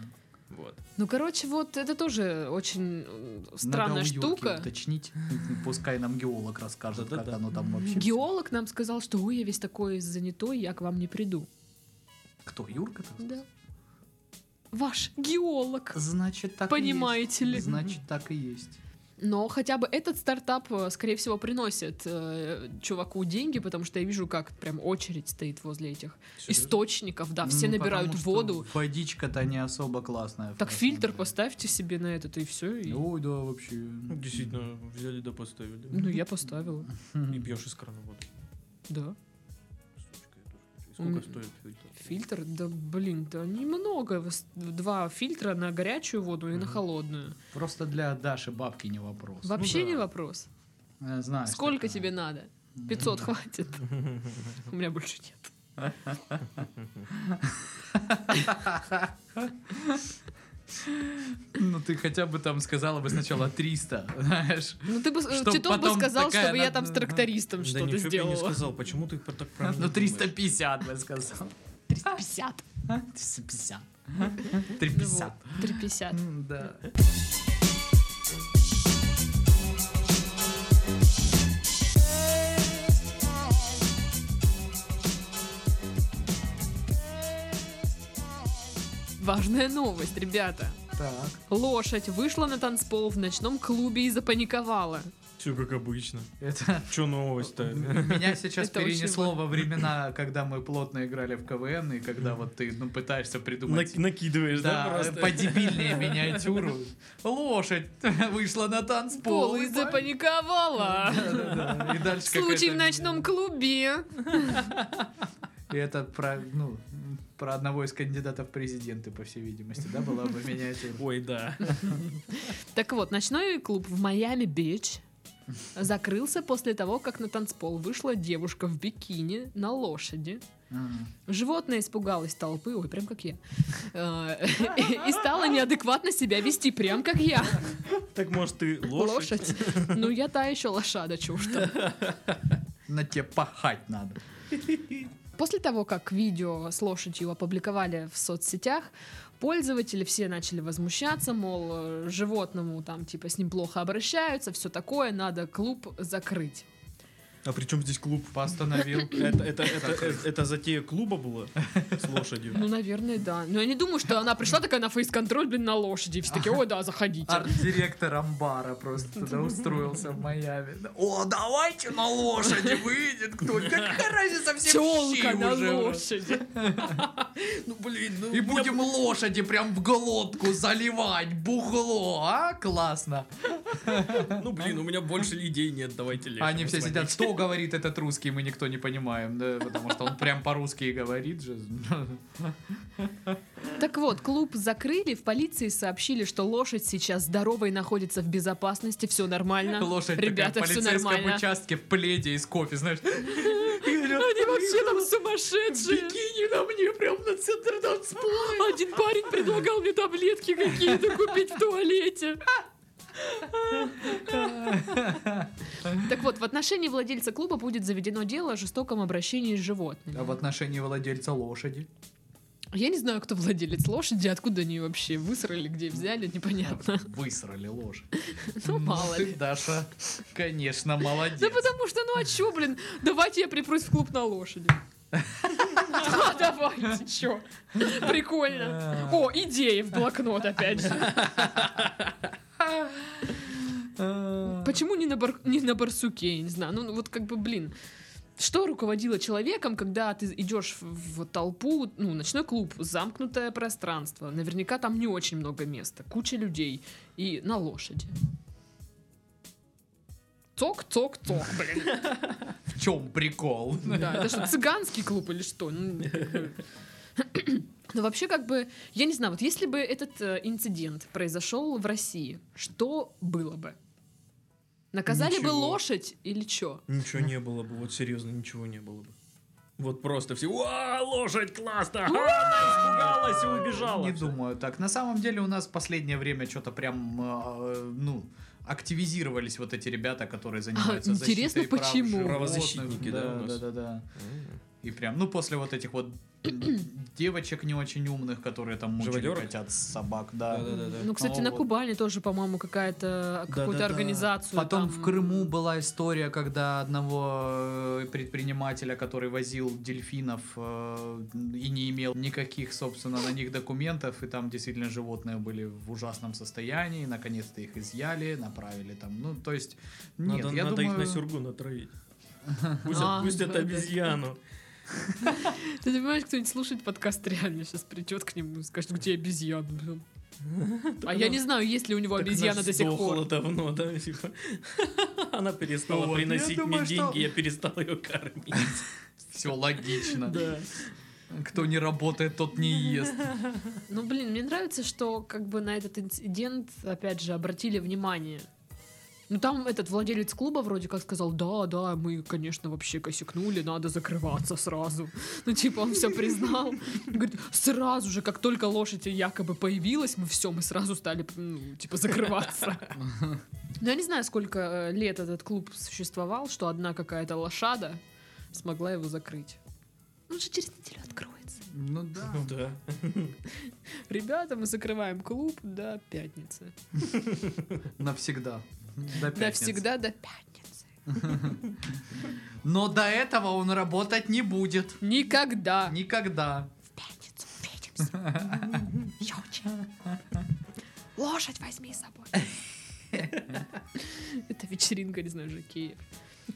[SPEAKER 1] Вот.
[SPEAKER 2] Ну, короче, вот это тоже очень м, странная
[SPEAKER 3] Надо у Юрки
[SPEAKER 2] штука.
[SPEAKER 3] Уточнить. *laughs* Пускай нам геолог расскажет, как
[SPEAKER 1] Да-да-да.
[SPEAKER 3] оно там вообще.
[SPEAKER 2] Геолог нам сказал, что ой, я весь такой занятой, я к вам не приду.
[SPEAKER 3] Кто, Юрка? так сказать?
[SPEAKER 2] Да. Ваш геолог.
[SPEAKER 3] Значит, так
[SPEAKER 2] Понимаете
[SPEAKER 3] и
[SPEAKER 2] ли?
[SPEAKER 3] есть. Значит, так и есть.
[SPEAKER 2] Но хотя бы этот стартап, э, скорее всего, приносит э, чуваку деньги, потому что я вижу, как прям очередь стоит возле этих источников, да, все
[SPEAKER 3] Ну,
[SPEAKER 2] набирают
[SPEAKER 3] потому что
[SPEAKER 2] воду.
[SPEAKER 3] Водичка-то не особо классная.
[SPEAKER 2] Так
[SPEAKER 3] на самом
[SPEAKER 2] фильтр
[SPEAKER 3] деле.
[SPEAKER 2] поставьте себе на этот, и все.
[SPEAKER 3] Ой, да, вообще.
[SPEAKER 1] Ну, Действительно, взяли да поставили.
[SPEAKER 2] Ну, я поставила,
[SPEAKER 3] Хм.
[SPEAKER 1] И пьешь из крана воду.
[SPEAKER 2] да.
[SPEAKER 1] Сучка, я тоже хочу. И Сколько
[SPEAKER 2] М.
[SPEAKER 1] стоит фильтр?
[SPEAKER 2] Фильтр, да блин, да немного. Вос- Два фильтра на горячую воду и на
[SPEAKER 1] Мгм.
[SPEAKER 2] холодную.
[SPEAKER 3] Просто для Даши бабки не вопрос. Э,
[SPEAKER 2] Вообще
[SPEAKER 1] да.
[SPEAKER 2] не вопрос.
[SPEAKER 3] Я знаю, что
[SPEAKER 2] Сколько
[SPEAKER 3] А, это-
[SPEAKER 2] тебе надо?
[SPEAKER 3] *laughs*
[SPEAKER 2] 500 хватит. У меня больше нет.
[SPEAKER 3] Ну ты хотя бы там сказала бы сначала 300, знаешь.
[SPEAKER 2] Ну ты бы, э,
[SPEAKER 3] Чтоб
[SPEAKER 2] Титов бы
[SPEAKER 3] потом
[SPEAKER 2] сказал,
[SPEAKER 3] такая
[SPEAKER 2] чтобы я
[SPEAKER 3] надо-
[SPEAKER 2] там с трактористом
[SPEAKER 1] Да
[SPEAKER 2] что-то
[SPEAKER 1] ничего б я не
[SPEAKER 2] сделала.
[SPEAKER 1] сказал, почему ты про- так про меня
[SPEAKER 3] *laughs* Ну
[SPEAKER 1] думаешь?
[SPEAKER 3] 350 бы сказал.
[SPEAKER 2] 350.
[SPEAKER 3] 350. 350.
[SPEAKER 2] Ну вот, 350.
[SPEAKER 3] М, Да.
[SPEAKER 2] Важная новость, ребята.
[SPEAKER 3] Так.
[SPEAKER 2] Лошадь вышла на танцпол в ночном клубе и запаниковала.
[SPEAKER 1] Все как обычно.
[SPEAKER 3] Это
[SPEAKER 1] Че
[SPEAKER 3] М-
[SPEAKER 1] новость-то?
[SPEAKER 3] Меня сейчас
[SPEAKER 2] Это очень
[SPEAKER 3] перенесло во времена, когда мы плотно играли в КВН, и когда вот ты ну, пытаешься придумать
[SPEAKER 1] Нак- Накидываешь, да,
[SPEAKER 3] да,
[SPEAKER 1] просто?
[SPEAKER 3] подебильнее миниатюру. Лошадь *laughs* вышла на танцпол.
[SPEAKER 2] Пол и
[SPEAKER 3] ба-
[SPEAKER 2] запаниковала.
[SPEAKER 3] Да-да-да. И дальше
[SPEAKER 2] Случай в
[SPEAKER 3] какая-то-
[SPEAKER 2] ночном клубе.
[SPEAKER 3] И это про, ну, про одного из кандидатов в президенты, по всей видимости, да, была бы миниатюра.
[SPEAKER 1] *laughs* Ой, да.
[SPEAKER 2] Так вот, ночной клуб в Майами-Бич закрылся после того, как на танцпол вышла девушка в бикини на лошади.
[SPEAKER 3] Мгм.
[SPEAKER 2] Животное испугалось толпы, ой, прям как я, Э, *laughs* и стало неадекватно себя вести, прям как я.
[SPEAKER 1] Так может ты лошадь?
[SPEAKER 2] Лошадь. Ну, я та еще лошада, чего уж там.
[SPEAKER 3] На тебе пахать надо.
[SPEAKER 2] После того, как видео с лошадью опубликовали в соцсетях, пользователи все начали возмущаться, мол, э, животному там типа с ним плохо обращаются, все такое, надо клуб закрыть.
[SPEAKER 1] А при чем здесь
[SPEAKER 3] *laughs*
[SPEAKER 1] клуб?
[SPEAKER 2] *laughs*
[SPEAKER 3] Постановил. э,
[SPEAKER 1] Это, это, это, это, это затея клуба была с лошадью.
[SPEAKER 2] Ну, наверное, да. Но я не думаю, что она пришла такая на фейс-контроль, блин, на лошади. и Все такие, ой, да, заходите.
[SPEAKER 3] Арт-директором бара просто туда устроился в Майами. О, давайте на лошади выйдет кто-нибудь. Да Какая разница, все в щи
[SPEAKER 2] Телка на
[SPEAKER 3] уже.
[SPEAKER 2] лошади.
[SPEAKER 1] Ну блин, ну.
[SPEAKER 3] И будем лошади прям в глотку заливать бухло, а? Классно.
[SPEAKER 1] Ну блин, у меня больше идей нет, давайте легче.
[SPEAKER 3] А Они все сидят, что говорит этот русский, мы никто не понимаем, да, потому что он прям по-русски и говорит же.
[SPEAKER 2] Так вот, клуб закрыли, в полиции сообщили, что лошадь сейчас здорова и находится в безопасности, все нормально.
[SPEAKER 3] Лошадь
[SPEAKER 2] Ребята,
[SPEAKER 3] такая в
[SPEAKER 2] все
[SPEAKER 3] полицейском
[SPEAKER 2] нормально.
[SPEAKER 3] участке в пледе из кофе, знаешь.
[SPEAKER 2] Они вообще там сумасшедшие.
[SPEAKER 3] Бикини на мне прям на центр танцпола.
[SPEAKER 2] Один парень предлагал мне таблетки какие-то купить в туалете. *laughs* Так вот, в отношении владельца клуба будет заведено дело о жестоком обращении с животными.
[SPEAKER 3] А в отношении владельца лошади?
[SPEAKER 2] Я не знаю, кто владелец лошади, откуда они ее вообще высрали, где взяли, непонятно. *laughs*
[SPEAKER 3] Высрали лошадь.
[SPEAKER 2] Ну, мало
[SPEAKER 3] ты,
[SPEAKER 2] ли.
[SPEAKER 3] Даша, конечно, молодец.
[SPEAKER 2] Да потому что, ну а чё, блин, давайте я припрусь в клуб на
[SPEAKER 3] *laughs*
[SPEAKER 2] лошади. Да, давайте, чё.
[SPEAKER 3] *laughs*
[SPEAKER 2] Прикольно. О, идеи в блокнот опять же.
[SPEAKER 3] А,
[SPEAKER 2] Почему не на, бар- не на барсуке, я не знаю. Ну, вот как бы, блин, что руководило человеком, когда ты идешь в, в толпу, ну, ночной клуб, замкнутое пространство. Наверняка там не очень много места, куча людей и на лошади. Цок-цок-цок, блин.
[SPEAKER 3] В чем прикол?
[SPEAKER 2] Ну Да, это что, цыганский клуб или что? Ну, как бы. Но вообще, как бы, я не знаю, вот если бы этот э, инцидент произошел в России, что было бы? Наказали бы
[SPEAKER 1] Ничего.
[SPEAKER 2] лошадь или что?
[SPEAKER 1] Ничего не было бы, вот серьезно, ничего не было бы. Вот просто все, «Уа, лошадь классно! А, Она испугалась и убежала.
[SPEAKER 3] *laughs* Не думаю так. На самом деле у нас в последнее время что-то прям, э, ну, активизировались вот эти ребята, которые занимаются
[SPEAKER 2] А, интересно,
[SPEAKER 3] защитой прав
[SPEAKER 2] почему?
[SPEAKER 3] животных.
[SPEAKER 1] Правозащитники, да, у
[SPEAKER 3] да, да,
[SPEAKER 1] нас?
[SPEAKER 3] да, да.
[SPEAKER 1] М.
[SPEAKER 3] И прям, ну, после вот этих *clears throat* вот девочек не очень умных, которые там мучили
[SPEAKER 1] Живодерок?
[SPEAKER 3] котят с собак, да.
[SPEAKER 1] Да-да-да.
[SPEAKER 2] Ну, кстати,
[SPEAKER 3] А,
[SPEAKER 2] на
[SPEAKER 3] вот.
[SPEAKER 2] Кубани тоже, по-моему, какая-то какую-то
[SPEAKER 1] Да-да-да.
[SPEAKER 2] организацию.
[SPEAKER 3] Потом
[SPEAKER 2] там-
[SPEAKER 3] в Крыму была история, когда одного э, предпринимателя, который возил дельфинов э, и не имел никаких, собственно, на них документов, и там действительно животные были в ужасном состоянии, наконец-то их изъяли, направили там, ну, то есть, нет,
[SPEAKER 1] Надо,
[SPEAKER 3] я
[SPEAKER 1] надо их на
[SPEAKER 3] думаю...
[SPEAKER 1] сюргу
[SPEAKER 2] *laughs*
[SPEAKER 1] отравить. Пусть
[SPEAKER 2] А,
[SPEAKER 1] отпустят
[SPEAKER 2] да, да.
[SPEAKER 1] обезьяну.
[SPEAKER 2] Ты понимаешь, кто-нибудь слушает подкаст реально сейчас придет к нему и скажет, где обезьяна?
[SPEAKER 1] *laughs*
[SPEAKER 2] блин?» А я не знаю, есть ли у него
[SPEAKER 1] Так она
[SPEAKER 2] обезьяна до сих
[SPEAKER 1] сдохла
[SPEAKER 2] пор.
[SPEAKER 1] давно, да? типа. *laughs* Она перестала
[SPEAKER 3] Вот, ну, я
[SPEAKER 1] приносить мне
[SPEAKER 3] думаю, что-
[SPEAKER 1] деньги, я перестал ее кормить.
[SPEAKER 3] *laughs*
[SPEAKER 1] *laughs*
[SPEAKER 3] Все логично. Кто не работает, тот не ест.
[SPEAKER 2] Ну, блин, мне нравится, что как бы на этот инцидент, опять же, обратили внимание. Ну, там этот владелец клуба вроде как сказал, да, да, мы, конечно, вообще косякнули, надо закрываться сразу. Ну, типа, он все признал. Говорит, сразу же, как только лошадь якобы появилась, мы все, мы сразу стали, ну, типа, закрываться. Ну, я не знаю, сколько э, лет этот клуб существовал, что одна какая-то лошада смогла его закрыть. Он же через неделю откроется.
[SPEAKER 3] Ну
[SPEAKER 1] *laughs*
[SPEAKER 3] да.
[SPEAKER 1] Ну Да.
[SPEAKER 2] Ребята, мы закрываем клуб до пятницы.
[SPEAKER 3] Навсегда. До пятницы.
[SPEAKER 2] Навсегда до пятницы.
[SPEAKER 3] Но до этого он работать не будет.
[SPEAKER 2] Никогда.
[SPEAKER 3] Никогда.
[SPEAKER 2] В пятницу увидимся.
[SPEAKER 1] *laughs*
[SPEAKER 2] Щелчи. Лошадь возьми
[SPEAKER 1] *laughs*
[SPEAKER 2] с собой. Это вечеринка, не знаю, Жакеев.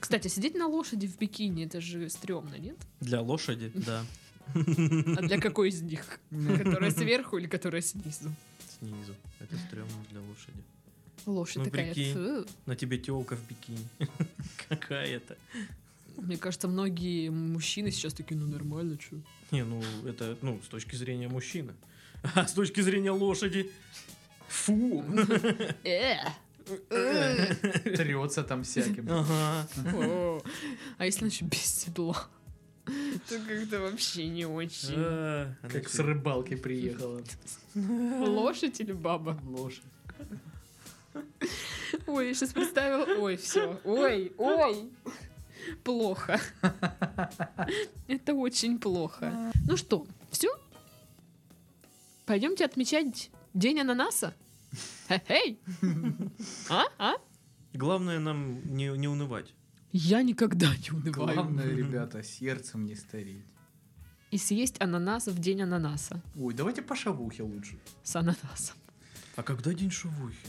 [SPEAKER 2] Кстати, сидеть на лошади в бикини, это же стрёмно, нет?
[SPEAKER 1] Для лошади, да.
[SPEAKER 2] А для какой из них? Которая сверху или которая снизу?
[SPEAKER 1] Снизу. Это стрёмно для лошади.
[SPEAKER 2] Лошадь
[SPEAKER 1] Ну,
[SPEAKER 2] такая.
[SPEAKER 1] прикинь.
[SPEAKER 2] «Фу».
[SPEAKER 1] На тебе телка в бикини. *laughs* Какая-то.
[SPEAKER 2] Мне кажется, многие мужчины сейчас такие, ну нормально, чё.
[SPEAKER 1] *laughs* Не, ну это, ну, с точки зрения мужчины. *laughs* А с точки зрения лошади. Фу! *laughs*
[SPEAKER 2] Э. Э.
[SPEAKER 3] Трется там
[SPEAKER 1] Ну,
[SPEAKER 3] всяким.
[SPEAKER 1] Ага.
[SPEAKER 2] О, А если он еще без седла? *laughs* То как-то вообще не очень.
[SPEAKER 1] А, она
[SPEAKER 3] Как с
[SPEAKER 1] тебе-
[SPEAKER 3] рыбалки приехала.
[SPEAKER 2] Лошадь или баба?
[SPEAKER 3] Лошадь.
[SPEAKER 2] Ой, я сейчас представила. Ой, все. Ой, ой. *laughs* Плохо. Это очень плохо. Ну что, все? Пойдемте отмечать День ананаса? *laughs* Эй! А? А?
[SPEAKER 1] Главное нам не, не унывать.
[SPEAKER 2] Я никогда не унываю.
[SPEAKER 3] Главное, ребята, сердцем не стареть.
[SPEAKER 2] И съесть ананас в день ананаса.
[SPEAKER 3] Ой, давайте по шавухе лучше.
[SPEAKER 2] С ананасом.
[SPEAKER 1] А когда день шавухи?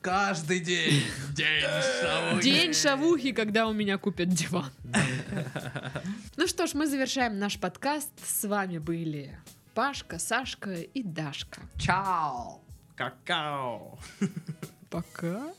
[SPEAKER 3] Каждый день. День шавухи.
[SPEAKER 2] День шавухи, когда у меня купят диван. Ну что ж, мы завершаем наш подкаст. С вами были Пашка, Сашка и Дашка.
[SPEAKER 3] Чао.
[SPEAKER 1] Какао!
[SPEAKER 2] Пока.